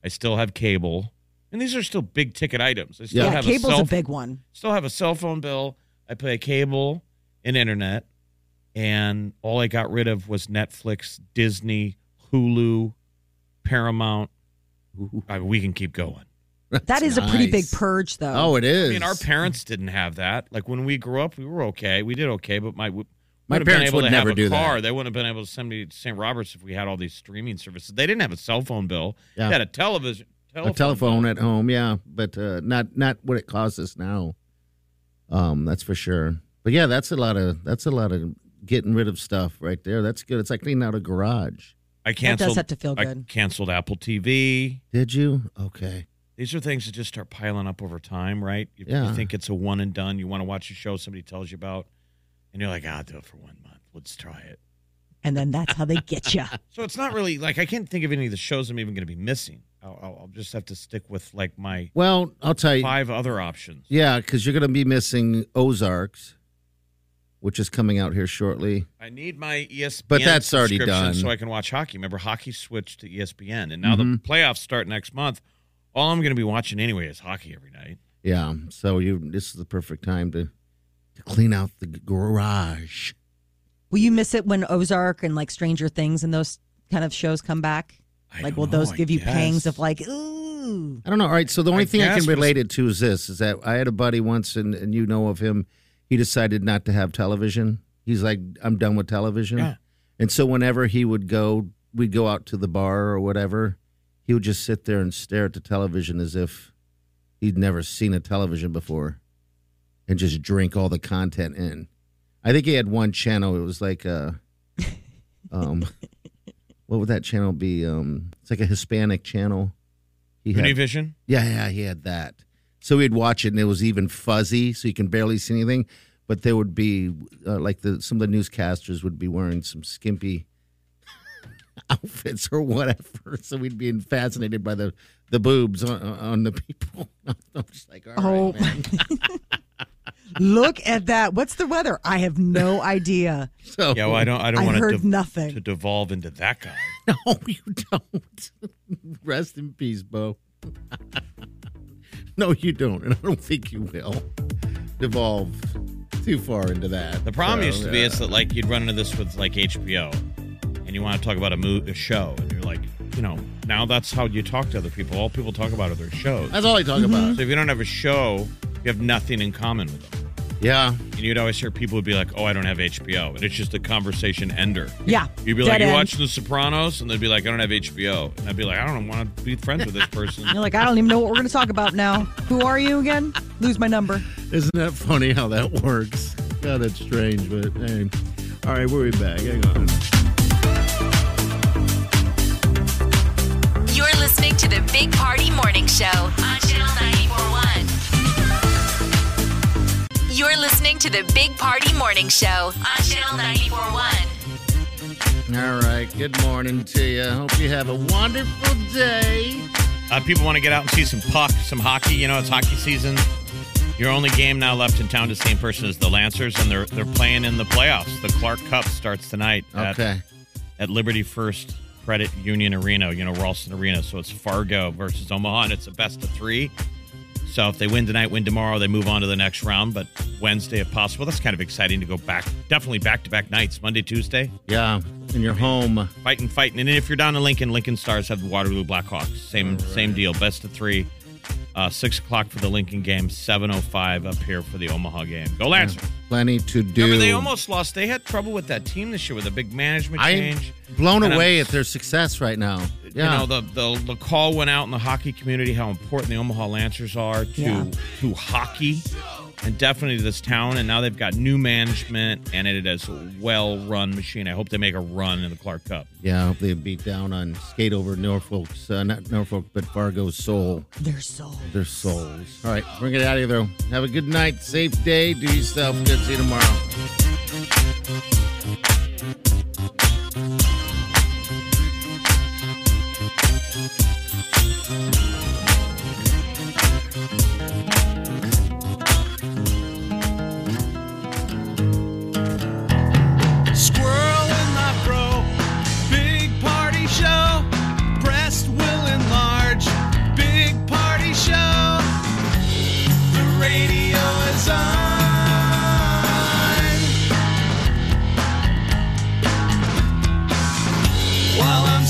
C: I still have cable, and these are still big ticket items. I still
D: Yeah,
C: have
D: cable's a,
C: a cell
D: big one.
C: still have a cell phone bill. I pay cable and internet, and all I got rid of was Netflix, Disney, Hulu, Paramount. I mean, we can keep going.
D: That is a pretty big
B: nice.
D: purge, though.
B: Oh, it is.
C: I mean, our parents didn't have that. Like when we grew up, we were okay. We did okay, but my we
B: My
C: wouldn't have been
B: parents
C: able
B: would
C: to have
B: never
C: a
B: do that.
C: car. They wouldn't have been able to send me to St. Roberts if we had all these streaming services. They didn't have a cell phone bill.
B: Yeah.
C: They had a television.
B: a
C: Telephone
B: telephone
C: bill.
B: at home, yeah, but uh, not not what it costs us now. Um, that's for sure. But yeah, that's a lot of that's a lot of getting rid of stuff right there. That's good. It's like cleaning out a garage.
C: I canceled.
D: have to feel
C: I
D: good.
C: canceled Apple TV.
B: Did you? Okay.
C: These are things that just start piling up over time, right? If
B: Yeah.
C: You think it's a one and done. You want to watch a show somebody tells you about, and you're like, "Ah, I'll do it for one month. Let's try it.
D: And then that's how they get you.
C: So it's not really like I can't think of any of the shows I'm even going to be missing. I'll, I'll, I'll just have to stick with like my
B: Well, I'll tell you.
C: five other options.
B: Yeah, because you're gonna be missing Ozarks, which is coming out here shortly.
C: I need my E ESPN,
B: But that's already
C: subscription
B: done.
C: so I can watch hockey. Remember, hockey switched to E ESPN, and now the
B: Mm-hmm.
C: playoffs start next month. All I'm going to be watching anyway is hockey every night.
B: Yeah, so you this is the perfect time to to clean out the g- garage.
D: Will you miss it when Ozark and like Stranger Things and those kind of shows come back?
C: I
D: like,
C: don't
D: will those
C: know, I
D: give you pangs
C: guess.
D: of like, ooh?
B: I don't know. All right. So the only
C: I
B: thing I
C: guess
B: can
C: was-
B: relate it to is this: is that I had a buddy once, and, and you know of him. He decided not to have television. He's like, I'm done with television.
C: Yeah.
B: And so whenever he would go, we'd go out to the bar or whatever. He would just sit there and stare at the television as if he'd never seen a television before, and just drink all the content in. I think he had one channel. It was like a, um, what would that channel be? Um, it's like a Hispanic channel. He had-
C: Univision.
B: yeah, yeah, he had that. So he'd watch it, and it was even fuzzy, so you can barely see anything. But there would be uh, like the some of the newscasters would be wearing some skimpy outfits or whatever, so we'd be fascinated by the the boobs on, on the people. I'm just like, all right,
D: Oh,
B: man.
D: look at that. What's the weather? I have no idea.
B: so
C: Yeah, well, I don't. I don't
D: I
C: want
D: heard
C: to,
D: nothing.
C: to devolve into that guy.
B: no, you don't. Rest in peace, Bo. no, you don't, and I don't think you will devolve too far into that.
C: The problem
B: So,
C: used to be
B: yeah.
C: is that like you'd run into this with like HBO, and you want to talk about a, mo- a show, and you're like, you know, now that's how you talk to other people. All people talk about are their shows.
B: that's all I talk about.
C: So if you don't have a show, you have nothing in common with them.
B: Yeah.
C: And you'd always hear people would be like, "Oh, I don't have HBO," and it's just a conversation ender.
D: Yeah.
C: You'd be
D: dead
C: like, "You
D: end.
C: watching The Sopranos," and they'd be like, "I don't have HBO," and I'd be like, "I don't want to be friends with this person."
D: You're like, I don't even know what we're going to talk about now. Who are you again? Lose my number.
B: Isn't that funny how that works? God, that's strange, but hey. All right, we'll be back. Hang on.
A: You're listening to the Big Party Morning Show on Channel 941. You're listening to the Big Party Morning Show on Channel 941.
B: All right, good morning to you. Hope you have a wonderful day.
C: Uh, people want to get out and see some puck, some hockey. You know, it's hockey season. Your only game now left in town to see in person is the Lancers, and they're they're playing in the playoffs. The Clark Cup starts tonight. at-
B: Okay.
C: at Liberty First Credit Union Arena, you know, Ralston Arena. So it's Fargo versus Omaha, and it's a best of three. So if they win tonight, win tomorrow, they move on to the next round. But Wednesday, if possible, that's kind of exciting to go back. Definitely back to back nights, Monday, Tuesday,
B: Yeah, in your home.
C: fighting, fighting. And then if you're down in Lincoln, Lincoln Stars have the Waterloo Blackhawks. Same, same deal. Best of three. Uh, six o'clock for the Lincoln game, seven oh five up here for the Omaha game. Go Lancers!
B: Plenty to do.
C: Remember, they almost lost. They had trouble with that team this year with a big management
B: I'm
C: change.
B: blown
C: And I'm
B: away at their success right now. Yeah.
C: you know the, the the call went out in the hockey community how important the Omaha Lancers are to
D: Yeah.
C: to hockey and definitely to this town and now they've got new management and it is a well run machine. I hope they make a run in the Clark Cup.
B: yeah, I hope they beat down on skate over Norfolk's, uh, not Norfolk, but Fargo's soul,
D: They're so.
B: their souls. All right, bring it out of here, though. Have a good night, safe day. Do yourself good. See you tomorrow.
C: Squirrel in the pro, big party show. Breast will enlarge, big party show. The radio is on. While I'm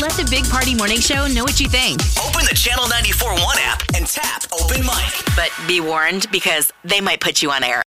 A: Let the Big Party Morning Show know what you think.
K: Open the Channel 94 One app and tap Open Mic.
A: But be warned because they might put you on air.